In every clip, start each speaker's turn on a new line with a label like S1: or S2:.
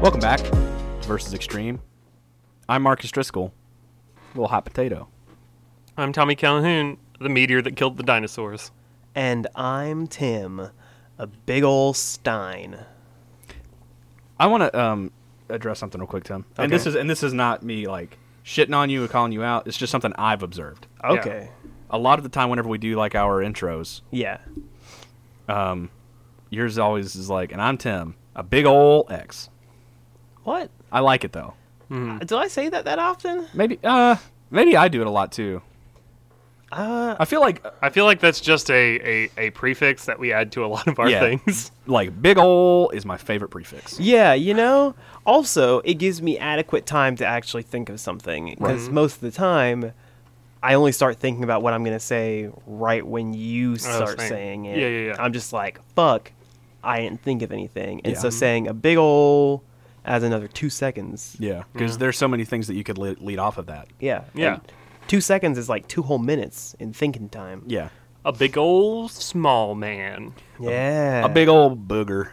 S1: Welcome back to Versus Extreme. I'm Marcus Driscoll, little hot potato.
S2: I'm Tommy Calhoun, the meteor that killed the dinosaurs.
S3: And I'm Tim, a big ol' Stein.
S1: I want to um, address something real quick, Tim. And this
S3: Okay.
S1: is and this is not me like shitting on you or calling you out. It's just something I've observed.
S3: Okay.
S1: A lot of the time, whenever we do like our intros,
S3: Yeah.
S1: yours always is like, and I'm Tim, a big ol' X.
S3: What?
S1: I like it though.
S3: Do I say that that often?
S1: Maybe uh maybe I do it a lot too. Uh, I feel like
S2: I feel like that's just a, a, a prefix that we add to a lot of our
S1: Yeah.
S2: things.
S1: like big ol' is my favorite prefix.
S3: Yeah, you know? Also, it gives me adequate time to actually think of something. Because most of the time, I only start thinking about what I'm going to say right when you start
S2: same.
S3: saying it.
S2: Yeah, yeah, yeah.
S3: I'm just like, fuck, I didn't think of anything. And
S1: Yeah.
S3: so saying a big ol' adds another two seconds.
S1: Yeah, because there's so many things that you could le- lead off of that.
S3: Yeah.
S2: Yeah.
S3: and two seconds is like two whole minutes in thinking time.
S1: Yeah,
S2: A big old small man.
S3: Yeah.
S1: a big old booger.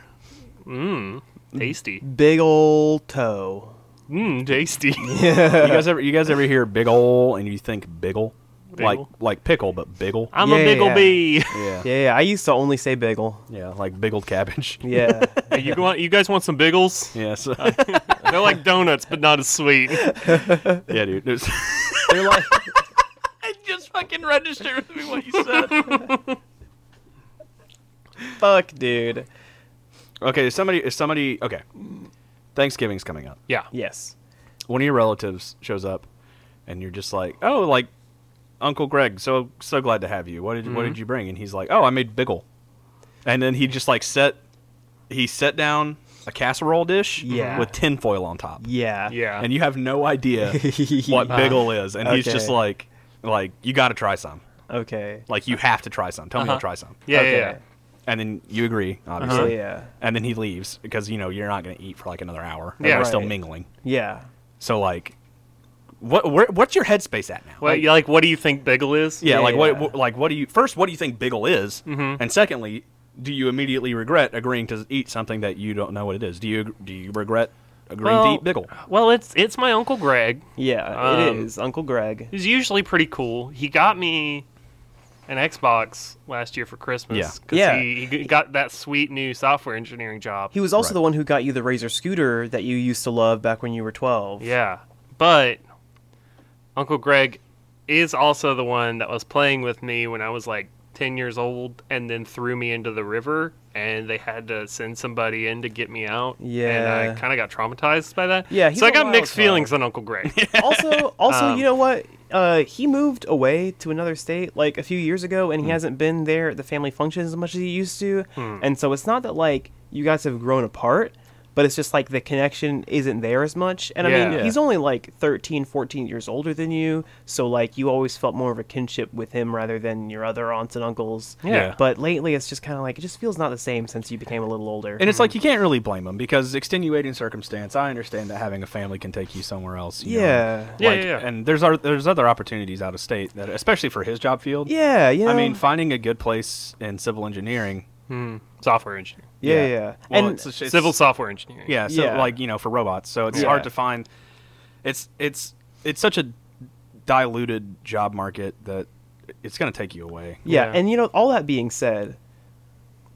S2: Tasty.
S3: big old toe.
S2: Mmm, tasty.
S1: you guys ever you guys ever hear big ol' and you think biggle, like
S2: Biggle?
S1: like pickle but biggle.
S2: I'm
S3: Yeah,
S2: a big
S3: yeah.
S2: old bee.
S1: yeah. yeah,
S3: Yeah, yeah, I used to only say biggle.
S1: like big old cabbage.
S3: Yeah.
S2: Hey, you, want, you guys want some biggles?
S1: Yeah, so,
S2: They're like donuts, but not as sweet.
S1: yeah, dude. There's-
S3: They're like
S2: just fucking register with me what you said.
S3: fuck, dude.
S1: okay, if somebody if somebody okay, Thanksgiving's coming up.
S2: Yeah.
S3: Yes.
S1: One of your relatives shows up, and you're just like, oh, like Uncle Greg, so so glad to have you. What did what did you bring? And he's like, oh, I made biggle, and then he just like set he set down a casserole dish
S3: Yeah.
S1: with tinfoil on top.
S3: Yeah.
S2: Yeah.
S1: and you have no idea what Biggle is, and he's just
S3: Okay.
S1: like, like you got to try some,
S3: Okay.
S1: like you have to try some. Tell me
S2: Uh-huh.
S1: to try some,
S2: yeah, Uh-huh.
S3: okay.
S2: yeah,
S1: and then you agree, obviously,
S3: So yeah.
S1: and then he leaves because you know you're not going to eat for like another hour.
S2: Yeah.
S1: Yeah, we're still
S3: Right.
S1: mingling.
S3: Yeah.
S1: So like, what where, what's your headspace at now?
S2: Wait, you like, what do you think Biggle is?
S1: yeah, like
S3: yeah.
S1: what like what do you first? What do you think Biggle is?
S2: Mm-hmm.
S1: And secondly, do you immediately regret agreeing to eat something that you don't know what it is? Do you do you regret agreeing to eat Biggle?
S2: Well, it's it's my uncle Greg.
S3: Yeah, it
S2: Um,
S3: is. Uncle Greg.
S2: who's usually pretty cool. He got me an Xbox last year for Christmas.
S1: Yeah.
S2: 'cause
S3: Yeah.
S2: He, he g- got that sweet new software engineering job.
S3: He was also
S1: Right.
S3: the one who got you the Razor scooter that you used to love back when you were 12.
S2: yeah. But Uncle Greg is also the one that was playing with me when I was like 10 years old and then threw me into the river and they had to send somebody in to get me out. And
S3: Yeah.
S2: I kind of got traumatized by that.
S3: Yeah, he's
S2: So I
S3: a
S2: got
S3: wild
S2: mixed
S3: child.
S2: feelings on Uncle Greg.
S3: also, also,
S2: Um,
S3: you know what? Uh, he moved away to another state like a few years ago,
S1: Hmm.
S3: and he hasn't been there at the family functions as much as he used to. And so it's not that like you guys have grown apart, but it's just like the connection isn't there as much. And I mean,
S2: Yeah.
S3: he's only like 13, 14 years older than you, so like you always felt more of a kinship with him rather than your other aunts and uncles.
S1: Yeah.
S3: But lately, it's just kind of like it just feels not the same since you became a little older.
S1: And it's like you can't really blame them because extenuating circumstance. I understand that having a family can take you somewhere else. you know,
S3: Yeah.
S1: like-
S2: Yeah, yeah, yeah.
S1: And there's our, there's other opportunities out of state that, especially for his job field.
S3: yeah, you know.
S1: I mean, finding a good place in civil engineering.
S2: Hmm. software engineering.
S3: yeah, yeah.
S1: Well,
S3: and
S1: it's, it's-
S2: Civil software engineering.
S1: Yeah. So
S3: Yeah.
S1: like you know for robots, so it's
S3: Yeah.
S1: hard to find. It's it's it's such a diluted job market that it's going to take you away.
S3: Yeah,
S2: Yeah.
S3: and you know, all that being said,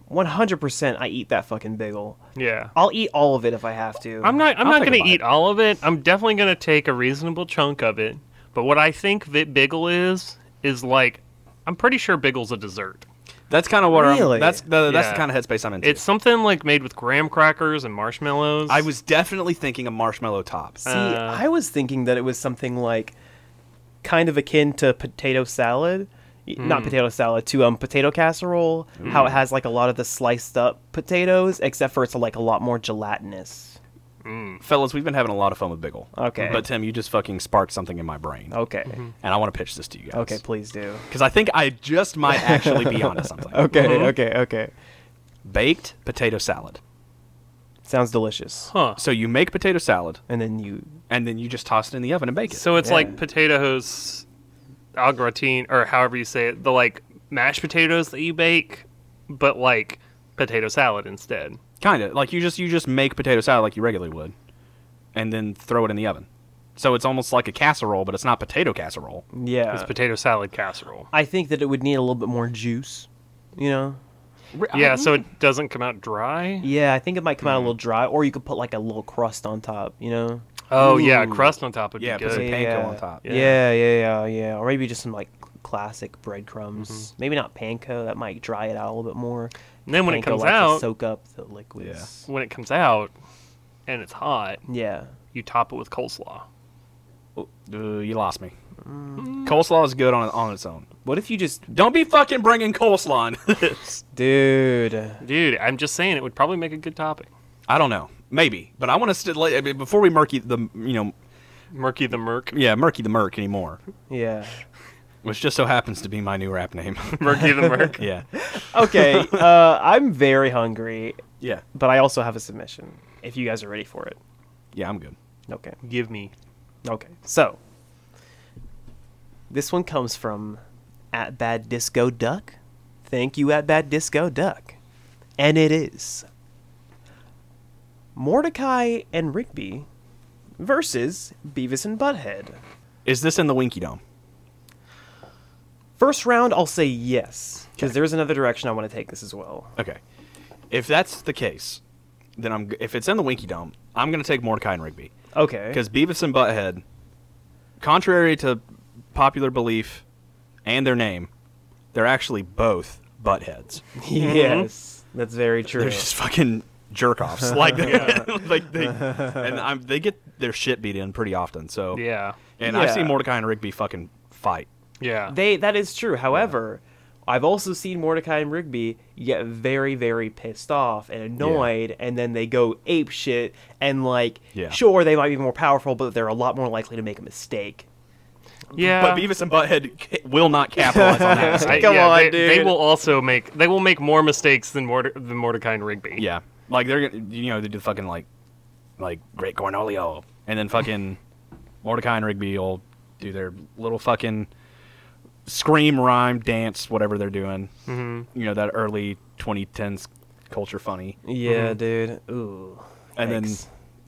S3: 100% I eat that fucking bagel.
S2: Yeah.
S3: I'll eat all of it if I have to.
S2: I'm not. I'm
S1: I'll
S2: not
S1: think
S2: going to
S1: about
S2: eat
S1: it.
S2: all of it. I'm definitely going to take a reasonable chunk of it. But what I think that Biggle is is like, I'm pretty sure Biggle's a dessert.
S1: That's kind of what
S3: Really?
S1: I'm. That's the that's
S2: Yeah.
S1: the kind of headspace I'm in.
S2: It's something like made with graham crackers and marshmallows.
S1: I was definitely thinking a marshmallow top.
S3: See,
S2: uh,
S3: I was thinking that it was something like kind of akin to potato salad. Y-
S2: Hmm.
S3: Not potato salad, to um potato casserole. How it has like a lot of the sliced up potatoes, except for it's like a lot more gelatinous.
S1: Fellas, we've been having a lot of fun with Biggle.
S3: Okay.
S1: But Tim, you just fucking sparked something in my brain.
S3: Okay,
S2: Mm-hmm.
S1: And I want to pitch this to you guys.
S3: okay, please do.
S1: Because I think I just might actually be onto something.
S3: Okay,
S2: Mm-hmm.
S3: okay, okay.
S1: Baked potato salad.
S3: Sounds delicious.
S2: Huh.
S1: So you make potato salad,
S3: And then you,
S1: and then you just toss it in the oven and bake it.
S2: So it's
S3: Yeah.
S2: like potatoes, au gratin, or however you say it, the like mashed potatoes that you bake, but like potato salad instead.
S1: Kind of like you just you just make potato salad like you regularly would, and then throw it in the oven. So it's almost like a casserole, but it's not potato casserole.
S3: Yeah.
S1: Uh.
S2: It's potato salad casserole.
S3: I think that it would need a little bit more juice. You know?
S2: Yeah, so it doesn't come out dry.
S3: Yeah, I think it might come out a little dry, or you could put like a little crust on top. You know?
S2: Oh yeah, crust on top would
S1: Yeah,
S2: be
S1: put some
S2: good.
S1: pan- panko on top.
S3: Yeah.
S2: Yeah.
S3: yeah, yeah, yeah, or maybe just some like classic breadcrumbs. Maybe not panko. That might dry it out a little bit more.
S2: And then when it
S3: Panko
S2: comes
S3: likes to
S2: out,
S3: soak up the liquids.
S2: when it comes out, and it's hot,
S3: Yeah.
S2: you top it with coleslaw.
S1: Uh, you lost me. Coleslaw is good on on its own.
S3: What if you just,
S1: Don't be fucking bringing coleslaw into this.
S3: dude?
S2: Dude, I'm just saying it would probably make a good topping.
S1: I don't know. Maybe, but I want to like I mean, before we murky the you know
S2: Murky the Merc.
S1: yeah murky the murk anymore,
S3: Yeah.
S1: which just so happens to be my new rap name.
S2: Murky the Merc.
S1: yeah,
S3: Okay. uh, I'm very hungry,
S1: yeah,
S3: but I also have a submission. If you guys are ready for it.
S1: yeah. I'm good.
S3: Okay.
S2: Give me.
S3: Okay. So this one comes from at Bad Disco Duck. Thank you, at Bad Disco Duck. And it is Mordecai and Rigby versus Beavis and Butthead.
S1: Is this in the Winky Dome?
S3: First round, I'll say yes because there's another direction I want to take this as well.
S1: Okay. If that's the case, then I'm. g- If it's in the Winky Dome, I'm going to take Mordecai and Rigby
S3: Okay.
S1: because Beavis and Butthead, contrary to popular belief, and their name, they're actually both buttheads.
S3: yes, mm-hmm. that's very true.
S1: They're just fucking jerk offs. like, like they and I'm, they get their shit beat in pretty often. So
S2: Yeah.
S1: and I've
S3: Yeah.
S1: seen Mordecai and Rigby fucking fight.
S2: Yeah.
S3: They that is true. However, I've also seen Mordecai and Rigby get very, very pissed off and annoyed, and then they go ape shit and like,
S1: Yeah.
S3: sure they might be more powerful, but they're a lot more likely to make a mistake.
S2: yeah.
S1: But Beavis and Butthead c- will not capitalize on that. mistake.
S2: I-
S3: Come
S2: yeah,
S3: on,
S2: they, they
S3: dude.
S2: will also make they will make more mistakes than Morde- than Mordecai and Rigby.
S1: Yeah, like they're gonna, you know they do fucking like like Great Cornolio, and then fucking Mordecai and Rigby will do their little fucking scream rhyme dance whatever they're doing. Mm-hmm. You know that early 2010s culture funny,
S3: Yeah, dude. Ooh.
S1: and then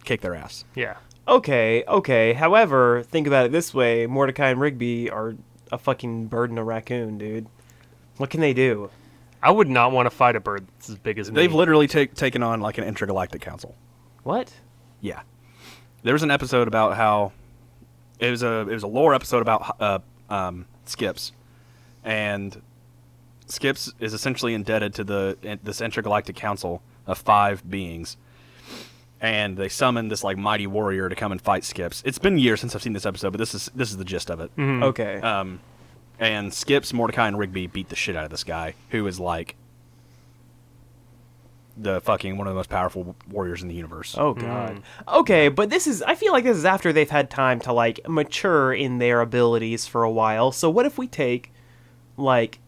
S1: kick their ass.
S2: Yeah.
S3: okay, okay. However, think about it this way: Mordecai and Rigby are a fucking bird and a raccoon, dude. What can they do?
S2: I would not want to fight a bird that's as big as me.
S1: They've literally take, taken on like an intergalactic council.
S3: What?
S1: Yeah, there was an episode about how it was a it was a lore episode about uh, um, Skips, and Skips is essentially indebted to the in- this intergalactic council of five beings, and they summon this like mighty warrior to come and fight Skips. It's been years since I've seen this episode, but this is this is the gist of it.
S3: Okay.
S1: Um, and Skips, Mordecai, and Rigby beat the shit out of this guy, who is like the fucking one of the most powerful warriors in the universe.
S3: Oh god. Okay, but this is I feel like this is after they've had time to like mature in their abilities for a while. So what if we take like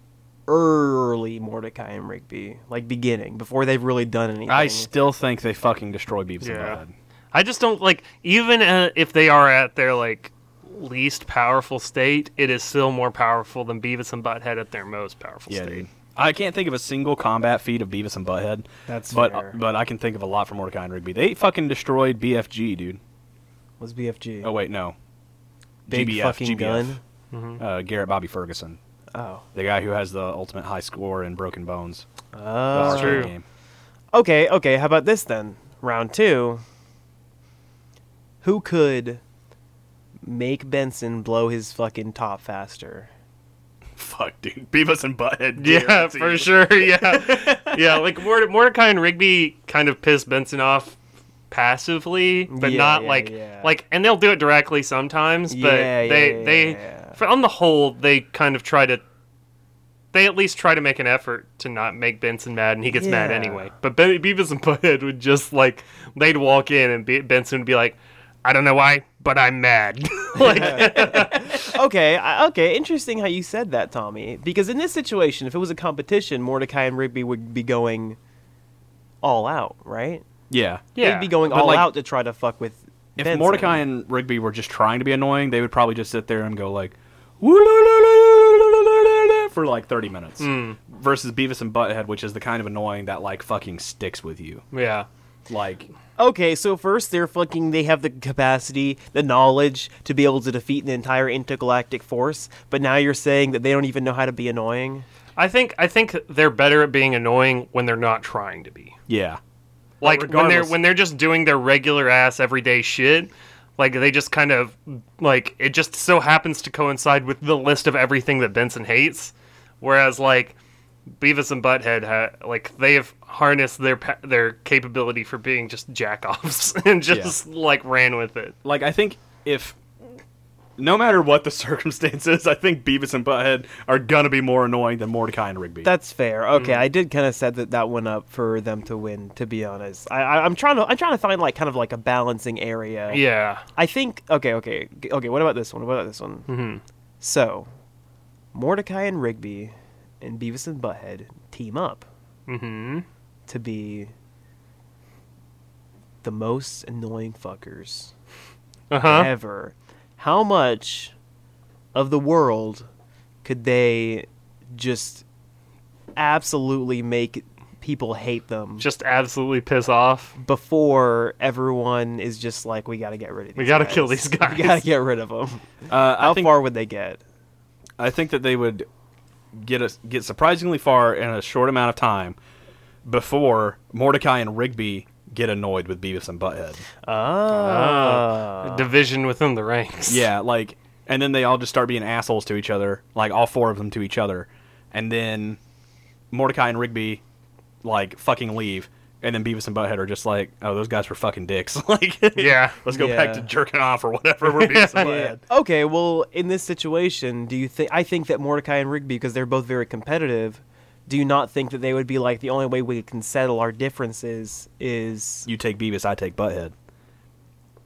S3: early Mordecai and Rigby, like beginning, before they've really done anything.
S1: I still think they fucking destroy Beavis
S2: Yeah.
S1: and Butthead.
S2: I just don't like even uh, if they are at their like least powerful state, it is still more powerful than Beavis and Butthead at their most powerful
S1: Yeah,
S2: state.
S1: dude. I can't think of a single combat feat of Beavis and Butthead.
S3: That's
S1: but
S3: fair.
S1: but I can think of a lot from Mordecai and Rigby. They fucking destroyed BFG, dude.
S3: was BFG.
S1: Oh wait, no.
S3: Big
S1: GBF,
S3: fucking
S1: GBF.
S3: gun.
S1: Uh, Garrett Bobby Ferguson,
S3: Oh.
S1: the guy who has the ultimate high score in Broken Bones. the
S3: Uh,
S1: arcade
S2: true.
S1: game.
S3: okay, okay, how about this then? Round 2. Who could make Benson blow his fucking top faster?
S1: Fuck, dude. Beavis and Butthead.
S2: Yeah,
S1: guaranteed.
S2: for sure. Yeah, yeah. Like Morde- Mordecai and Rigby kind of piss Benson off passively, but
S3: Yeah,
S2: not
S3: yeah,
S2: like
S3: yeah.
S2: like. And they'll do it directly sometimes, but
S3: Yeah,
S2: they
S3: yeah,
S2: they
S3: yeah.
S2: For, on the whole they kind of try to. They at least try to make an effort to not make Benson mad, and he gets mad
S3: Yeah.
S2: anyway. But ben, Beavis and Butthead would just like they'd walk in, and be, Benson would be like, "I don't know why, but I'm mad." like,
S3: okay, I, okay. Interesting how you said that, Tommy. Because in this situation, if it was a competition, Mordecai and Rigby would be going all out, right?
S1: Yeah.
S2: Yeah,
S3: They'd be going
S1: but,
S3: all
S1: like,
S3: out to try to fuck with.
S1: If
S3: Benson.
S1: Mordecai and Rigby were just trying to be annoying, they would probably just sit there and go like, "Woo-la-la-la-la-la-la-la-la," for like 30 minutes
S3: Hmm.
S1: versus Beavis and Butthead, which is the kind of annoying that like fucking sticks with you.
S2: Yeah.
S1: Like,
S3: Okay, so first they're fucking they have the capacity, the knowledge to be able to defeat an entire intergalactic force, but now you're saying that they don't even know how to be annoying?
S2: I think I think they're better at being annoying when they're not trying to be.
S1: yeah.
S2: Like when they're
S1: regardless-
S2: when they're just doing their regular ass everyday shit. Like they just kind of like it just so happens to coincide with the list of everything that Benson hates, whereas like Beavis and Butthead ha- like they have harnessed their pa- their capability for being just jack offs and just like ran with it.
S1: Like, I think if no matter what the circumstances, I think Beavis and Butthead are gonna be more annoying than Mordecai and Rigby.
S3: That's fair. Okay,
S1: Mm-hmm.
S3: I did kind of set that that one up for them to win. To be honest, I, I I'm trying to I'm trying to find like kind of like a balancing area.
S2: Yeah.
S3: I think okay, okay, g- okay. What about this one? What about this one? Mm-hmm. So, Mordecai and Rigby, and Beavis and Butthead team up
S2: Mhm.
S3: to be the most annoying fuckers
S2: Uh-huh.
S3: ever. How much of the world could they just absolutely make people hate them
S2: Just absolutely piss off.
S3: before everyone is just like, we got to get rid of these
S2: We got to
S3: guys.
S2: kill these guys.
S3: We got to get rid of them.
S1: uh, I
S3: How
S1: think
S3: far would they get?
S1: I think that they would get us get surprisingly far in a short amount of time before Mordecai and Rigby get annoyed with Beavis and Butthead.
S3: Oh.
S2: Ah, division within the ranks.
S1: Yeah, like, and then they all just start being assholes to each other, like all four of them to each other, and then Mordecai and Rigby, like, fucking leave, and then Beavis and Butthead are just like, oh, those guys were fucking dicks. like,
S2: Yeah.
S1: let's go
S3: Yeah.
S1: back to jerking off or whatever. We're Beavis and Butthead.
S3: Okay, well, in this situation, do you think I think that Mordecai and Rigby, because they're both very competitive, do you not think that they would be like the only way we can settle our differences is
S1: You take Beavis, I take Butthead.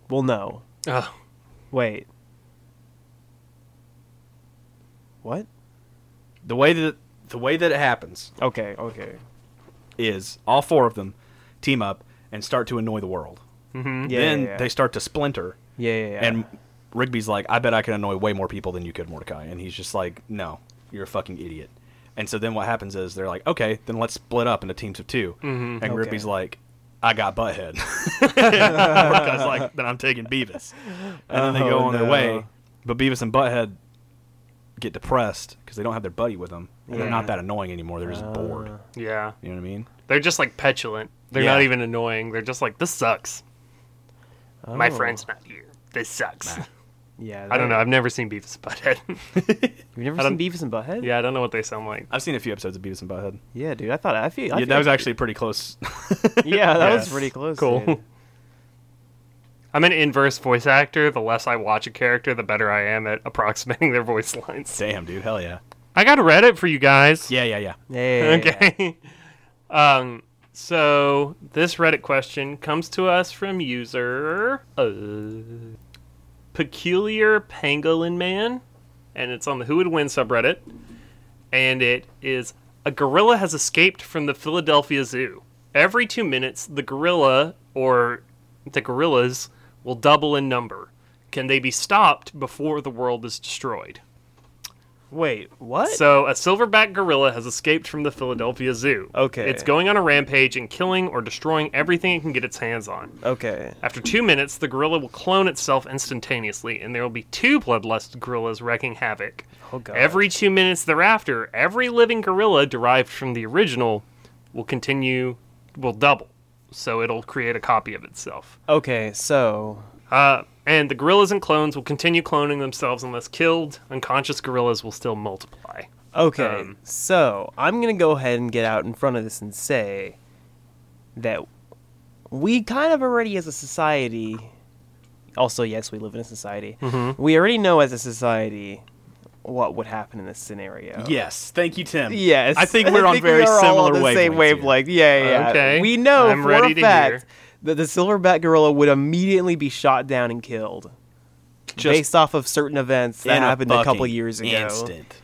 S3: well, no,
S2: Oh.
S3: wait, what?
S1: The way that the way that it happens
S3: Okay, okay,
S1: is all four of them team up and start to annoy the world.
S3: yeah,
S1: then
S3: yeah, yeah.
S1: they start to splinter,
S3: yeah, Mm-hmm. yeah, yeah.
S1: and Rigby's like, "I bet I can annoy way more people than you could, Mordecai," and he's just like, "No, you're a fucking idiot." And so then what happens is they're like, "Okay, then let's split up into teams of 2 and
S3: Okay.
S1: Rigby's like. I got butthead. Mordecai's like, then I'm taking Beavis, and then they go
S3: Oh,
S1: on their
S3: no.
S1: way. But Beavis and Butthead get depressed because they don't have their buddy with them, and they're
S3: Yeah.
S1: not that annoying anymore. They're just bored.
S3: Uh,
S2: Yeah.
S1: You know what I mean?
S2: They're just like petulant. They're
S1: Yeah.
S2: not even annoying. They're just like, this sucks. My
S3: oh.
S2: friend's not here. This sucks.
S3: Yeah,
S2: I don't know.
S3: that-
S2: I've never seen Beavis and Butthead.
S3: You've never
S2: I don't-
S3: seen Beavis and Butthead?
S2: yeah, I don't know what they sound like.
S1: I've seen a few episodes of Beavis and Butthead.
S3: yeah, dude. I thought I feel.
S1: Yeah,
S3: I feel
S1: that was
S3: like-
S1: actually pretty close.
S3: yeah, that was
S2: Yes.
S3: pretty close.
S2: Cool.
S3: dude.
S2: I'm an inverse voice actor. The less I watch a character, the better I am at approximating their voice lines.
S1: Damn, dude, hell yeah.
S2: I got Reddit for you guys.
S1: Yeah, yeah, yeah.
S3: Yeah, okay.
S2: Okay. um, so this Reddit question comes to us from user uh, Peculiar Pangolin Man, and it's on the Who Would Win subreddit, and it is a gorilla has escaped from the Philadelphia Zoo. Every two minutes, the gorilla or the gorillas will double in number. Can they be stopped before the world is destroyed?
S3: Wait, what?
S2: So, a silverback gorilla has escaped from the Philadelphia Zoo.
S3: Okay.
S2: It's going on a rampage and killing or destroying everything it can get its hands on.
S3: okay.
S2: After two minutes, the gorilla will clone itself instantaneously, and there will be two bloodlust gorillas wreaking havoc.
S3: Oh god.
S2: Every two minutes thereafter, every living gorilla derived from the original will continue, will double. So, it'll create a copy of itself.
S3: Okay, so
S2: Uh, and the gorillas and clones will continue cloning themselves unless killed. Unconscious gorillas will still multiply.
S3: okay,
S2: Um,
S3: so I'm gonna go ahead and get out in front of this and say that we kind of already, as a society, also yes, we live in a society.
S2: Mm-hmm.
S3: We already know as a society what would happen in this scenario.
S1: Oh. Yes, thank you, Tim.
S3: Yes,
S1: I think we're on very
S3: we are all
S1: similar
S3: on the same
S1: wavelengths here.
S3: wavelength. Yeah, yeah, yeah.
S2: Okay.
S3: We know
S2: I'm
S3: for
S2: ready
S3: a
S2: to
S3: fact
S2: hear.
S3: that the silverback gorilla would immediately be shot down and killed
S1: Just
S3: based off of certain events that
S1: in
S3: happened a, couple
S1: fucking
S3: years ago.
S1: Instant.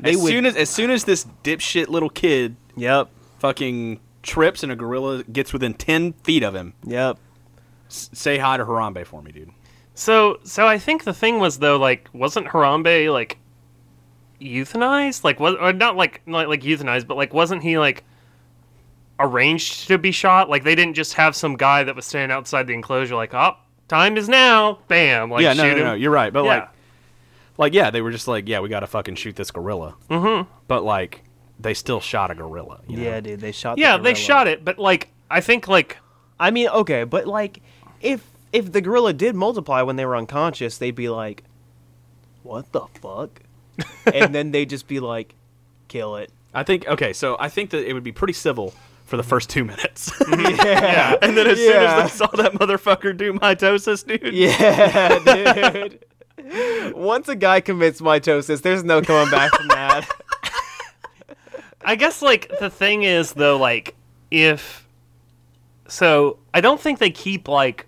S3: They
S1: as
S3: would-
S1: soon as as soon as this dipshit little kid
S3: Yep.
S1: fucking trips and a gorilla gets within ten feet of him,
S3: Yep.
S1: s- say hi to Harambe for me, dude.
S2: So, so I think the thing was though, like, wasn't Harambe like euthanized? Like was or not like not like euthanized, but like wasn't he like arranged to be shot? Like they didn't just have some guy that was standing outside the enclosure like, "Up, time is now." Bam, like
S1: yeah, no,
S2: shoot
S1: no,
S2: him.
S1: no, you're right. But
S2: Yeah.
S1: like, like yeah, they were just like, yeah, we gotta fucking shoot this gorilla. Mm-hmm. But like, they still shot a gorilla. You know?
S3: Yeah, dude, they shot.
S2: yeah, they shot it, but like I think like
S3: I mean, okay, but like, if if the gorilla did multiply when they were unconscious, they'd be like, "What the fuck?" and then they'd just be like, "Kill it."
S1: I think okay, so I think that it would be pretty civil for the first two minutes,
S3: Yeah,
S1: and then as soon
S3: Yeah.
S1: as they saw that motherfucker do mitosis, dude,
S3: yeah, dude. Once a guy commits mitosis, there's no coming back from that.
S2: I guess like the thing is though, like if so, I don't think they keep like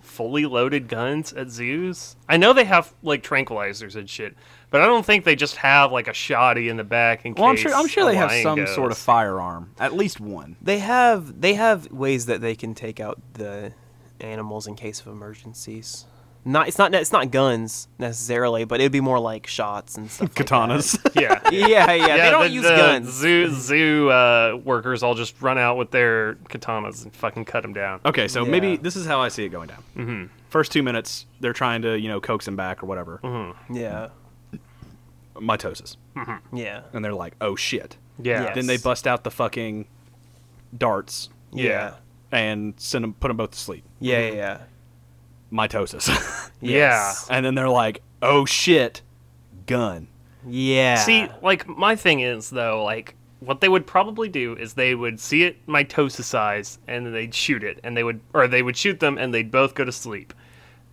S2: fully loaded guns at zoos. I know they have like tranquilizers and shit, but I don't think they just have like a shoddy in the back in
S1: Well, I'm
S2: case
S1: sure. I'm sure
S2: a
S1: they have
S2: lion
S1: some
S2: goes.
S1: sort of firearm, at least one.
S3: They have they have ways that they can take out the animals in case of emergencies. Not it's not it's not guns necessarily, but it'd be more like shots and stuff. like that.
S2: yeah.
S3: Yeah, yeah, They don't
S2: the-
S3: use
S2: the
S3: guns.
S2: Zoo zoo uh, workers all just run out with their katanas and fucking cut them down.
S1: Okay, so maybe
S3: Yeah.
S1: this is how I see it going down. Mm-hmm. First two minutes, they're trying to you know coax him back or whatever.
S3: Yeah,
S1: Mitosis,
S3: yeah.
S1: and they're like, oh shit.
S2: Yeah.
S1: Then they bust out the fucking darts
S2: Yeah.
S1: and send them, put them both to sleep.
S3: Yeah, yeah, yeah.
S1: Mitosis,
S3: Yes.
S1: and then they're like, oh shit, gun.
S3: Yeah.
S2: See, like my thing is though, like what they would probably do is they would see it mitosisized and then they'd shoot it and they would or they would shoot them and they'd both go to sleep.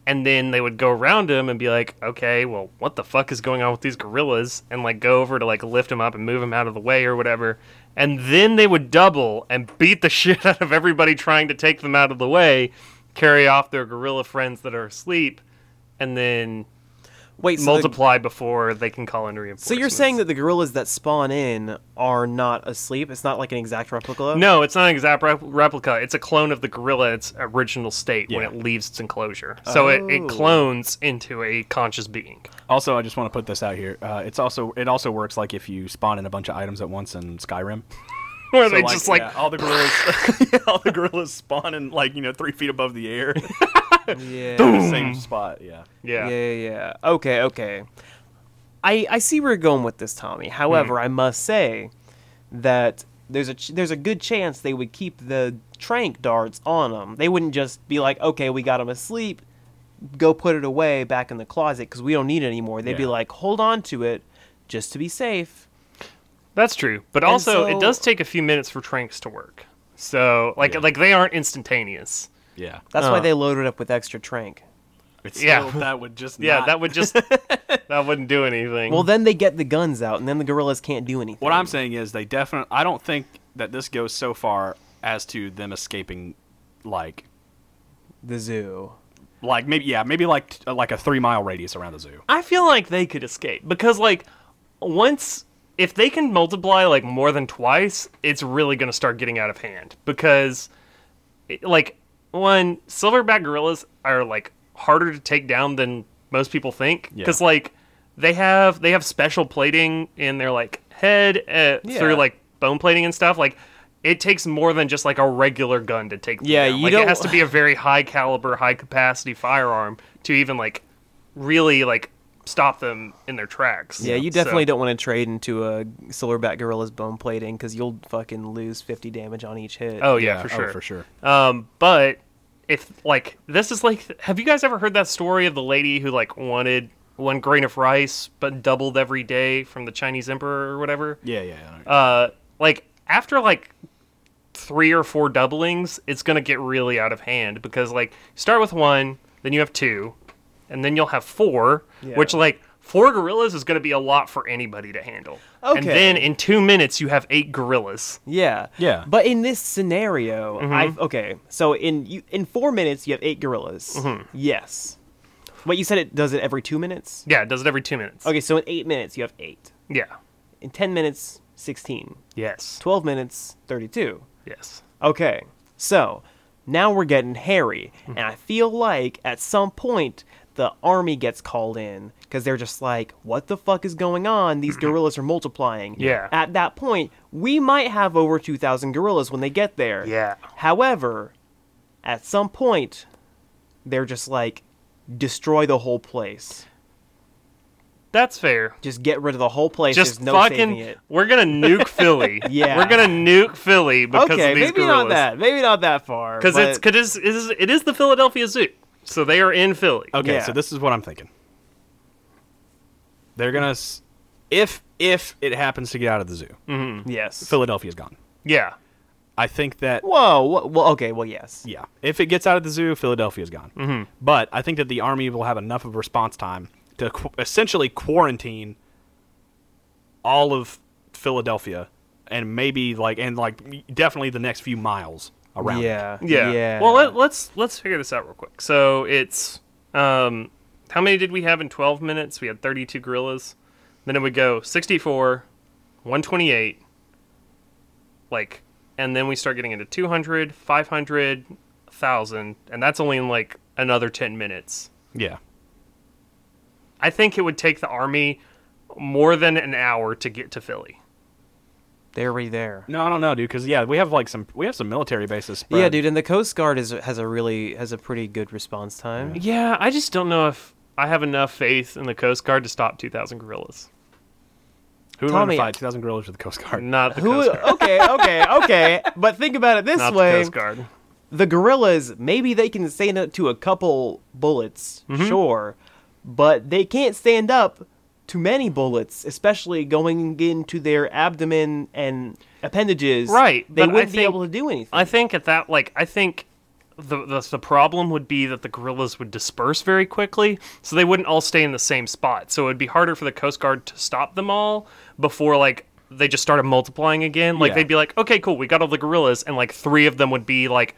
S2: And then they would go around him and be like, "Okay, well, what the fuck is going on with these gorillas?" and like go over to like lift him up and move him out of the way or whatever. And then they would double and beat the shit out of everybody trying to take them out of the way, carry off their gorilla friends that are asleep, and then
S3: wait, so the-
S2: multiply before they can call in reinforcements.
S3: so you're saying that the gorillas that spawn in are not asleep? It's not like an exact replica.
S2: No, it's not an exact rep- replica. It's a clone of the gorilla, its original state when
S1: Yeah.
S2: it leaves its enclosure. So it, it
S3: Oh.
S2: clones into a conscious being.
S1: Also, I just want to put this out here. Uh, it's also it also works like if you spawn in a bunch of items at once in Skyrim.
S2: Where
S1: So,
S2: they just like,
S1: yeah, all the gorillas, yeah, all the gorillas spawn in like you know three feet above the air,
S3: Yeah.
S1: the same spot. Yeah.
S2: yeah.
S3: yeah, yeah. yeah. Okay, okay. I I see where you're going with this, Tommy.
S1: Mm-hmm.
S3: However, I must say that there's a ch- there's a good chance they would keep the trank darts on them. They wouldn't just be like, okay, we got them asleep, go put it away back in the closet because we don't need it anymore. They'd be
S1: Yeah.
S3: like, hold on to it just to be safe.
S2: That's true. But also,
S3: so-
S2: it does take a few minutes for tranks to work. So like
S1: Yeah.
S2: like they aren't instantaneous.
S1: Yeah.
S3: That's
S2: Uh.
S3: why they loaded up with extra trank.
S1: It's
S2: Yeah.
S1: still- that would just
S2: Yeah,
S1: not-
S2: that would just that wouldn't do anything.
S3: Well, then they get the guns out, and then the gorillas can't do anything.
S1: What I'm saying is they definitely I don't think that this goes so far as to them escaping like
S3: the zoo.
S1: like maybe yeah, maybe like t- like a 3-mile radius around the zoo.
S2: I feel like they could escape because like once if they can multiply like more than twice, it's really going to start getting out of hand because it- like one silverback gorillas are like harder to take down than most people think
S1: Yeah.
S2: cuz like they have they have special plating in their like head uh,
S3: Yeah.
S2: through like bone plating and stuff like it takes more than just like a regular gun to take them
S3: Yeah,
S2: down.
S3: you
S2: like it
S3: don't-
S2: has to be a very high caliber, high capacity firearm to even like really like stop them in their tracks.
S3: Yeah, you definitely
S2: So-
S3: don't want to trade into a silverback gorilla's bone plating because you'll fucking lose 50 damage on each hit.
S2: Oh yeah, for sure.
S1: for sure.
S2: Um, but if like this is like, have you guys ever heard that story of the lady who like wanted one grain of rice but doubled every day from the Chinese emperor or whatever?
S1: Yeah, yeah. yeah.
S2: Uh, like after like three or four doublings, it's gonna get really out of hand because like you start with one, then you have two, and then you'll have four,
S3: Yeah.
S2: which like four gorillas is gonna be a lot for anybody to handle. And
S3: Okay.
S2: then in two minutes you have eight gorillas.
S3: Yeah.
S1: Yeah.
S3: But in this scenario, I okay. So in you in four minutes, you have eight gorillas. Yes. Wait, you said it does it every two minutes?
S2: Yeah, it does it every two minutes.
S3: Okay, so in eight minutes, you have eight.
S2: Yeah.
S3: In 10 minutes, 16.
S2: Yes.
S3: 12 minutes, 32.
S2: Yes.
S3: Okay, so now we're getting hairy, and I feel like at some point the army gets called in because they're just like, what the fuck is going on? These gorillas are multiplying.
S2: Yeah.
S3: At that point, we might have over 2,000 gorillas when they get there.
S2: Yeah.
S3: However, at some point, they're just like, destroy the whole place.
S2: That's fair.
S3: Just get rid of the whole place.
S2: Just
S3: There's no saving
S2: fucking,
S3: it.
S2: we're gonna nuke Philly.
S3: Yeah.
S2: we're gonna nuke Philly because
S3: Okay,
S2: of these
S3: maybe not that. Maybe not that far.
S2: Because it's
S3: but-
S2: because it's, it's, it is the Philadelphia Zoo, so they are in Philly.
S1: Okay,
S3: Yeah.
S1: so this is what I'm thinking. They're gonna, s- if if it happens to get out of the zoo,
S3: Mm. yes.
S1: Philadelphia's gone.
S2: Yeah,
S1: I think that
S3: Whoa. wha- Well, okay. Well, yes.
S1: yeah, if it gets out of the zoo, Philadelphia's gone. Mm-hmm. But I think that the army will have enough of response time to qu- essentially quarantine all of Philadelphia and maybe like and like definitely the next few miles around. it.
S3: Yeah.
S2: yeah.
S3: Yeah.
S2: Well, let, let's let's figure this out real quick. So it's um, how many did we have in 12 minutes? We had 32 gorillas. Then it would go 64, 128, like, and then we start getting into 200, 500, 1,000, and that's only in like another 10 minutes.
S1: yeah.
S2: I think it would take the army more than an hour to get to Philly.
S3: they're already there.
S1: No, I don't know, dude. Because yeah, we have like some we have some military bases. Spread.
S3: Yeah, dude, and the Coast Guard is has a really has a pretty good response time.
S2: Yeah, I just don't know if I have enough faith in the Coast Guard to stop 2,000 gorillas.
S1: Who would
S3: Tommy-
S1: win in a fight? Two thousand gorillas or the Coast Guard?
S2: Not the
S3: Who? oh,
S2: Coast Guard.
S3: Okay, okay, okay. But think about it this
S2: Not the
S3: way:
S2: Coast Guard.
S3: the gorillas, maybe they can stand up to a couple bullets,
S2: Mm-hmm.
S3: sure, but they can't stand up to many bullets, especially going into their abdomen and appendages.
S2: Right,
S3: They
S2: but I
S3: wouldn't be
S2: think-
S3: able to do anything.
S2: I think at that, like, I think the, the the problem would be that the gorillas would disperse very quickly, so they wouldn't all stay in the same spot. So it would be harder for the Coast Guard to stop them all before like they just started multiplying again. Like
S1: Yeah.
S2: they'd be like, okay, cool, we got all the gorillas, and like three of them would be like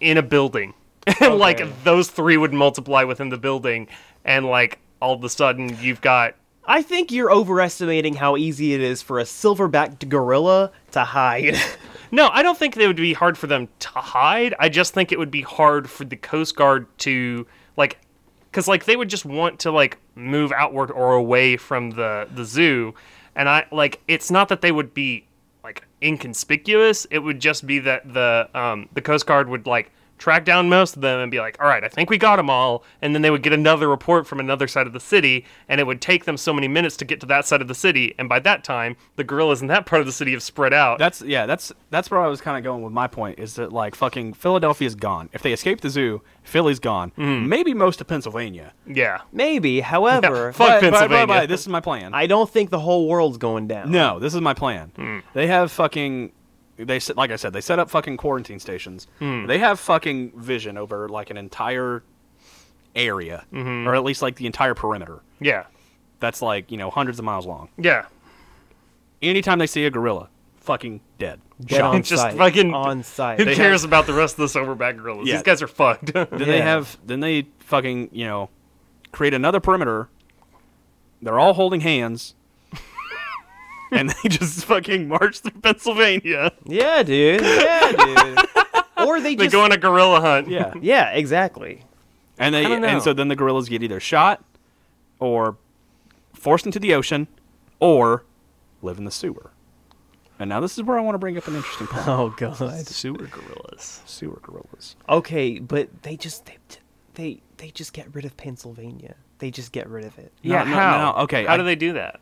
S2: in a building, and
S3: Okay.
S2: like those three would multiply within the building, and like all of a sudden you've got
S3: I think you're overestimating how easy it is for a silverbacked gorilla to hide.
S2: No, I don't think it would be hard for them to hide. I just think it would be hard for the Coast Guard to like, because like they would just want to like move outward or away from the the zoo, and I like it's not that they would be like inconspicuous. It would just be that the um the Coast Guard would like track down most of them and be like, all right, I think we got them all, and then they would get another report from another side of the city, and it would take them so many minutes to get to that side of the city, and by that time the gorillas in that part of the city have spread out.
S1: That's yeah. That's that's where I was kind of going with my point is that like fucking Philadelphia's gone. If they escape the zoo, Philly's gone. Maybe most of Pennsylvania.
S2: yeah.
S3: Maybe, however,
S1: But- but-
S2: fuck
S1: but-
S2: Pennsylvania.
S1: but this is my plan.
S3: I don't think the whole world's going down.
S1: no, this is my plan. They have fucking. They s- like I said, they set up fucking quarantine stations. They have fucking vision over like an entire area, or at least like the entire perimeter.
S2: Yeah.
S1: That's like you know hundreds of miles long.
S2: Yeah.
S1: Anytime they see a gorilla, fucking dead.
S3: Dead on
S2: Just
S3: site.
S2: fucking
S3: on site.
S2: Who
S1: They
S2: cares about the rest of the silverback gorillas?
S1: Yeah.
S2: These guys are fucked.
S1: Then they
S3: Yeah.
S1: have then they fucking, you know, create another perimeter. They're all holding hands. and they just fucking march through Pennsylvania.
S3: Yeah, dude. Yeah, dude. or they
S2: they
S3: just
S2: go on a gorilla hunt.
S3: Yeah, exactly.
S1: And they
S3: I don't know.
S1: and so then the gorillas get either shot or forced into the ocean or live in the sewer. And now this is where I want to bring up an interesting point.
S3: Oh god.
S1: Sewer
S2: Gorillas.
S1: sewer gorillas.
S3: Okay, but they just they they they just get rid of Pennsylvania. They just get rid of it.
S2: Yeah.
S1: no,
S2: how?
S1: no, okay,
S2: How
S1: I-
S2: do they do that?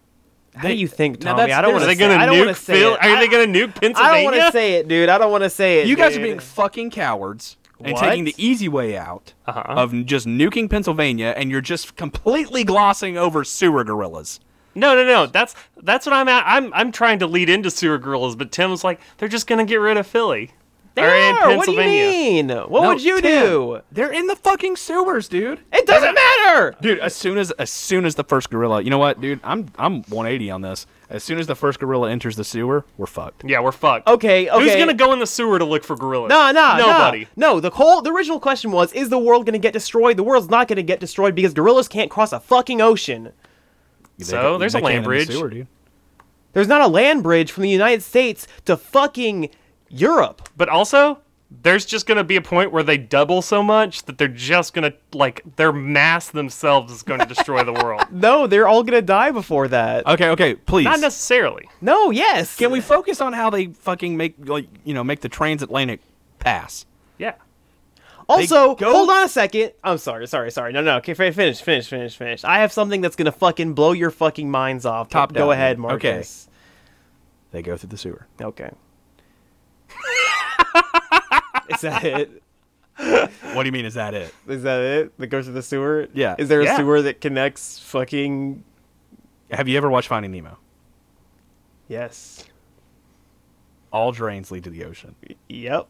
S3: How do you think,
S1: now
S3: Tommy?
S1: that's-
S3: I don't
S1: there's-
S2: Are
S3: want
S1: wanna
S2: they
S3: to
S2: gonna
S3: say. I don't want
S2: nuke
S3: to say
S2: Phil?
S3: it.
S2: Are they
S3: I-
S2: gonna nuke Pennsylvania?
S3: I don't want to say it, dude. I don't want to say it.
S1: You guys are
S3: dude.
S1: being fucking cowards and
S3: What?
S1: taking the easy way out
S2: Uh-huh.
S1: of n- just nuking Pennsylvania, and you're just completely glossing over sewer gorillas.
S2: No, no, no. That's that's what I'm at. I'm I'm trying to lead into sewer gorillas, but Tim's like they're just gonna get rid of Philly.
S3: They
S2: Or in
S3: are. What do you
S2: Pennsylvania.
S3: mean? What
S1: No,
S3: would you
S1: Tim,
S3: do?
S1: They're in the fucking sewers, dude.
S3: It doesn't matter.
S1: Dude, as soon as as soon as the first gorilla, you know what, dude? I'm I'm 180 on this. As soon as the first gorilla enters the sewer, we're fucked.
S2: Yeah, we're fucked.
S3: Okay, okay.
S2: Who's gonna go in the sewer to look for gorillas?
S3: No, no,
S2: Nobody.
S3: No, no the whole the original question was: Is the world gonna get destroyed? The world's not gonna get destroyed because gorillas can't cross a fucking ocean.
S1: They
S2: So,
S1: can't-
S2: there's
S1: they
S2: a land
S1: can't in the
S2: bridge.
S1: sewer, dude.
S3: There's not a land bridge from the United States to fucking Europe.
S2: But also, there's just going to be a point where they double so much that they're just going to like their mass themselves is going to destroy the world.
S3: No, they're all gonna die before that.
S1: Okay, okay, please.
S2: Not necessarily.
S3: Uh, no, yes.
S1: Can we focus on how they fucking make like you know make the transatlantic pass?
S2: Yeah.
S3: Also,
S1: go-
S3: hold on a second. I'm sorry, sorry, sorry. No, no. Okay, fi- finish, finish, finish, finish. I have something that's gonna fucking blow your fucking minds off.
S1: Top
S3: Go
S1: down.
S3: ahead,
S1: Okay.
S3: Marcus.
S1: They go through the sewer.
S3: Okay. Is that it?
S1: What do you mean? Is that it?
S3: Is that it? That goes to the sewer?
S1: Yeah.
S3: Is there a
S2: Yeah.
S3: sewer that connects fucking
S1: Have you ever watched Finding Nemo?
S3: Yes.
S1: All drains lead to the ocean.
S3: Yep.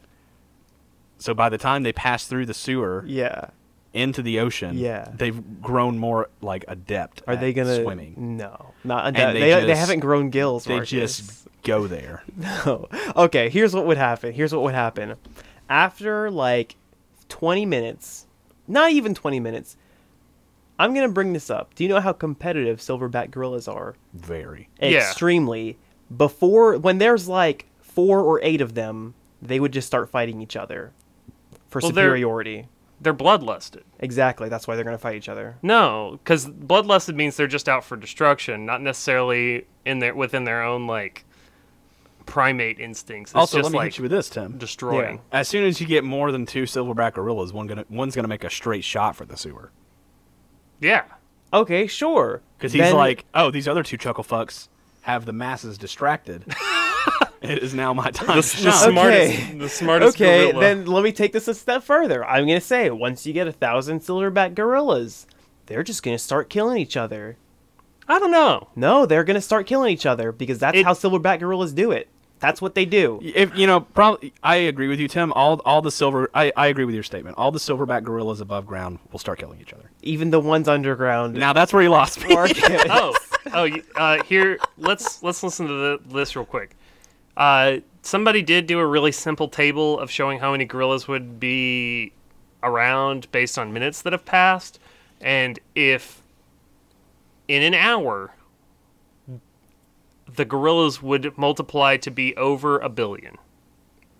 S1: So by the time they pass through the sewer
S3: Yeah.
S1: into the ocean,
S3: Yeah.
S1: they've grown more like adept.
S3: Are
S1: at
S3: they gonna
S1: swimming?
S3: No, not
S1: And
S3: that-
S1: they
S3: they, they,
S1: just-
S3: haven't grown gills.
S1: They
S3: Marcus.
S1: just go there.
S3: no. Okay, here's what would happen. Here's what would happen. After like 20 minutes, not even 20 minutes, I'm gonna bring this up. Do you know how competitive silverback gorillas are?
S1: Very.
S2: Yeah.
S3: Extremely. Before when there's like four or eight of them, they would just start fighting each other for
S2: Well, they're-
S3: superiority.
S2: They're bloodlusted.
S3: Exactly. That's why they're gonna fight each other.
S2: No, cuz bloodlusted means they're just out for destruction, not necessarily in their within their own like primate instincts. It's
S1: also,
S2: just
S1: let me
S2: like
S1: hit you with this, Tim.
S2: destroying.
S1: As soon as you get more than two silverback gorillas, one gonna one's gonna make a straight shot for the sewer
S2: Yeah.
S3: Okay, sure.
S1: because he's
S3: Then-
S1: like, "Oh, these other two chuckle fucks have the masses distracted. it is now my time." to
S2: The
S1: shine."
S2: smartest the smartest
S3: okay,
S2: gorilla.
S3: then let me take this a step further. I'm gonna say once you get a thousand silverback gorillas, they're just gonna start killing each other.
S2: I don't know.
S3: No, they're gonna start killing each other because that's
S2: It-
S3: how silverback gorillas do it. That's what they do.
S1: if you know, probably I agree with you, Tim. All all the silver, I, I agree with your statement. All the silverback gorillas above ground will start killing each other.
S3: Even the ones underground.
S1: Now that's where you lost me.
S3: are kids.
S2: oh, oh, y- uh, here. Let's let's listen to the, this real quick. Uh, somebody did do a really simple table of showing how many gorillas would be around based on minutes that have passed, and if in an hour the gorillas would multiply to be over a billion.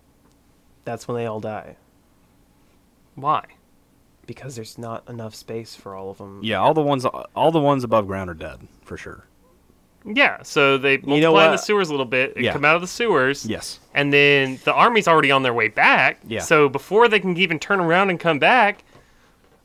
S3: That's when they all die
S2: Why?
S3: because there's not enough space for all of them.
S1: yeah, all the ones all the ones above ground are dead for sure.
S2: Yeah, so they multiply
S3: know
S2: in the
S3: what?
S2: sewers a little bit. They
S1: Yeah.
S2: come out of the sewers.
S1: Yes.
S2: And then the army's already on their way back.
S1: Yeah.
S2: So before they can even turn around and come back,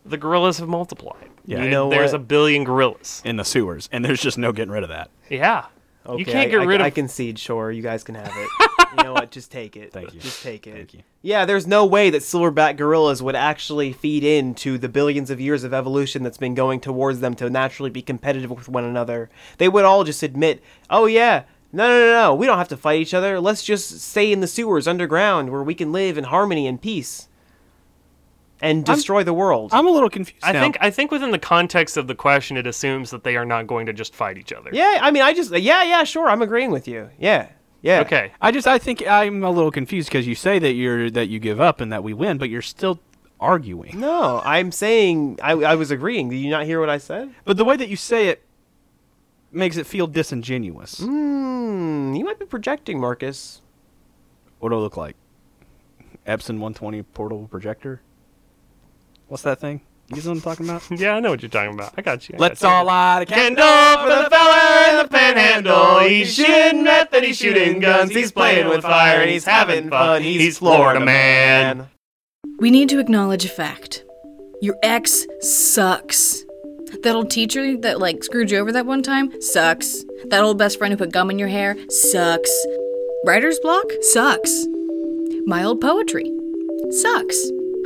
S2: the gorillas have multiplied.
S1: Yeah.
S2: And
S1: You
S3: know
S2: there's
S3: what?
S2: a billion gorillas.
S1: In the sewers, and there's just no getting rid of that.
S2: Yeah.
S3: Okay,
S2: you can't
S3: I-
S2: get
S3: I,
S2: rid
S3: I
S2: of.
S3: concede. Sure, you guys can have it. you know what? Just take it.
S1: Thank you.
S3: Just take it.
S1: Thank you.
S3: Yeah, there's no way that silverback gorillas would actually feed into the billions of years of evolution that's been going towards them to naturally be competitive with one another. They would all just admit, "Oh yeah, no, no, no, no, we don't have to fight each other. Let's just stay in the sewers underground where we can live in harmony and peace, and destroy the world."
S1: I'm a little confused.
S2: I
S1: now.
S2: think I think within the context of the question, it assumes that they are not going to just fight each other.
S3: yeah, I mean, I just yeah, yeah, sure, I'm agreeing with you. Yeah, yeah.
S2: Okay.
S1: I just I think I'm a little confused because you say that you're that you give up and that we win, but you're still arguing.
S3: No, I'm saying I, I was agreeing. Did you not hear what I said?
S1: But the way that you say it makes it feel disingenuous.
S3: Hmm, you might be projecting, Marcus.
S1: What do it look like? Epson 120 portable projector. What's that thing? You know what I'm talking about?
S2: Yeah, I know what you're talking about. I got you. I
S1: Let's
S2: got you.
S1: all light a
S2: Candle
S1: candle
S2: for the fella in the panhandle. He's shooting meth and he's shooting guns. He's playing with fire and he's having fun. He's Florida man.
S4: We need to acknowledge a fact. Your ex sucks. That old teacher that like screwed you over that one time sucks. That old best friend who put gum in your hair sucks. Writer's block sucks. My old poetry sucks.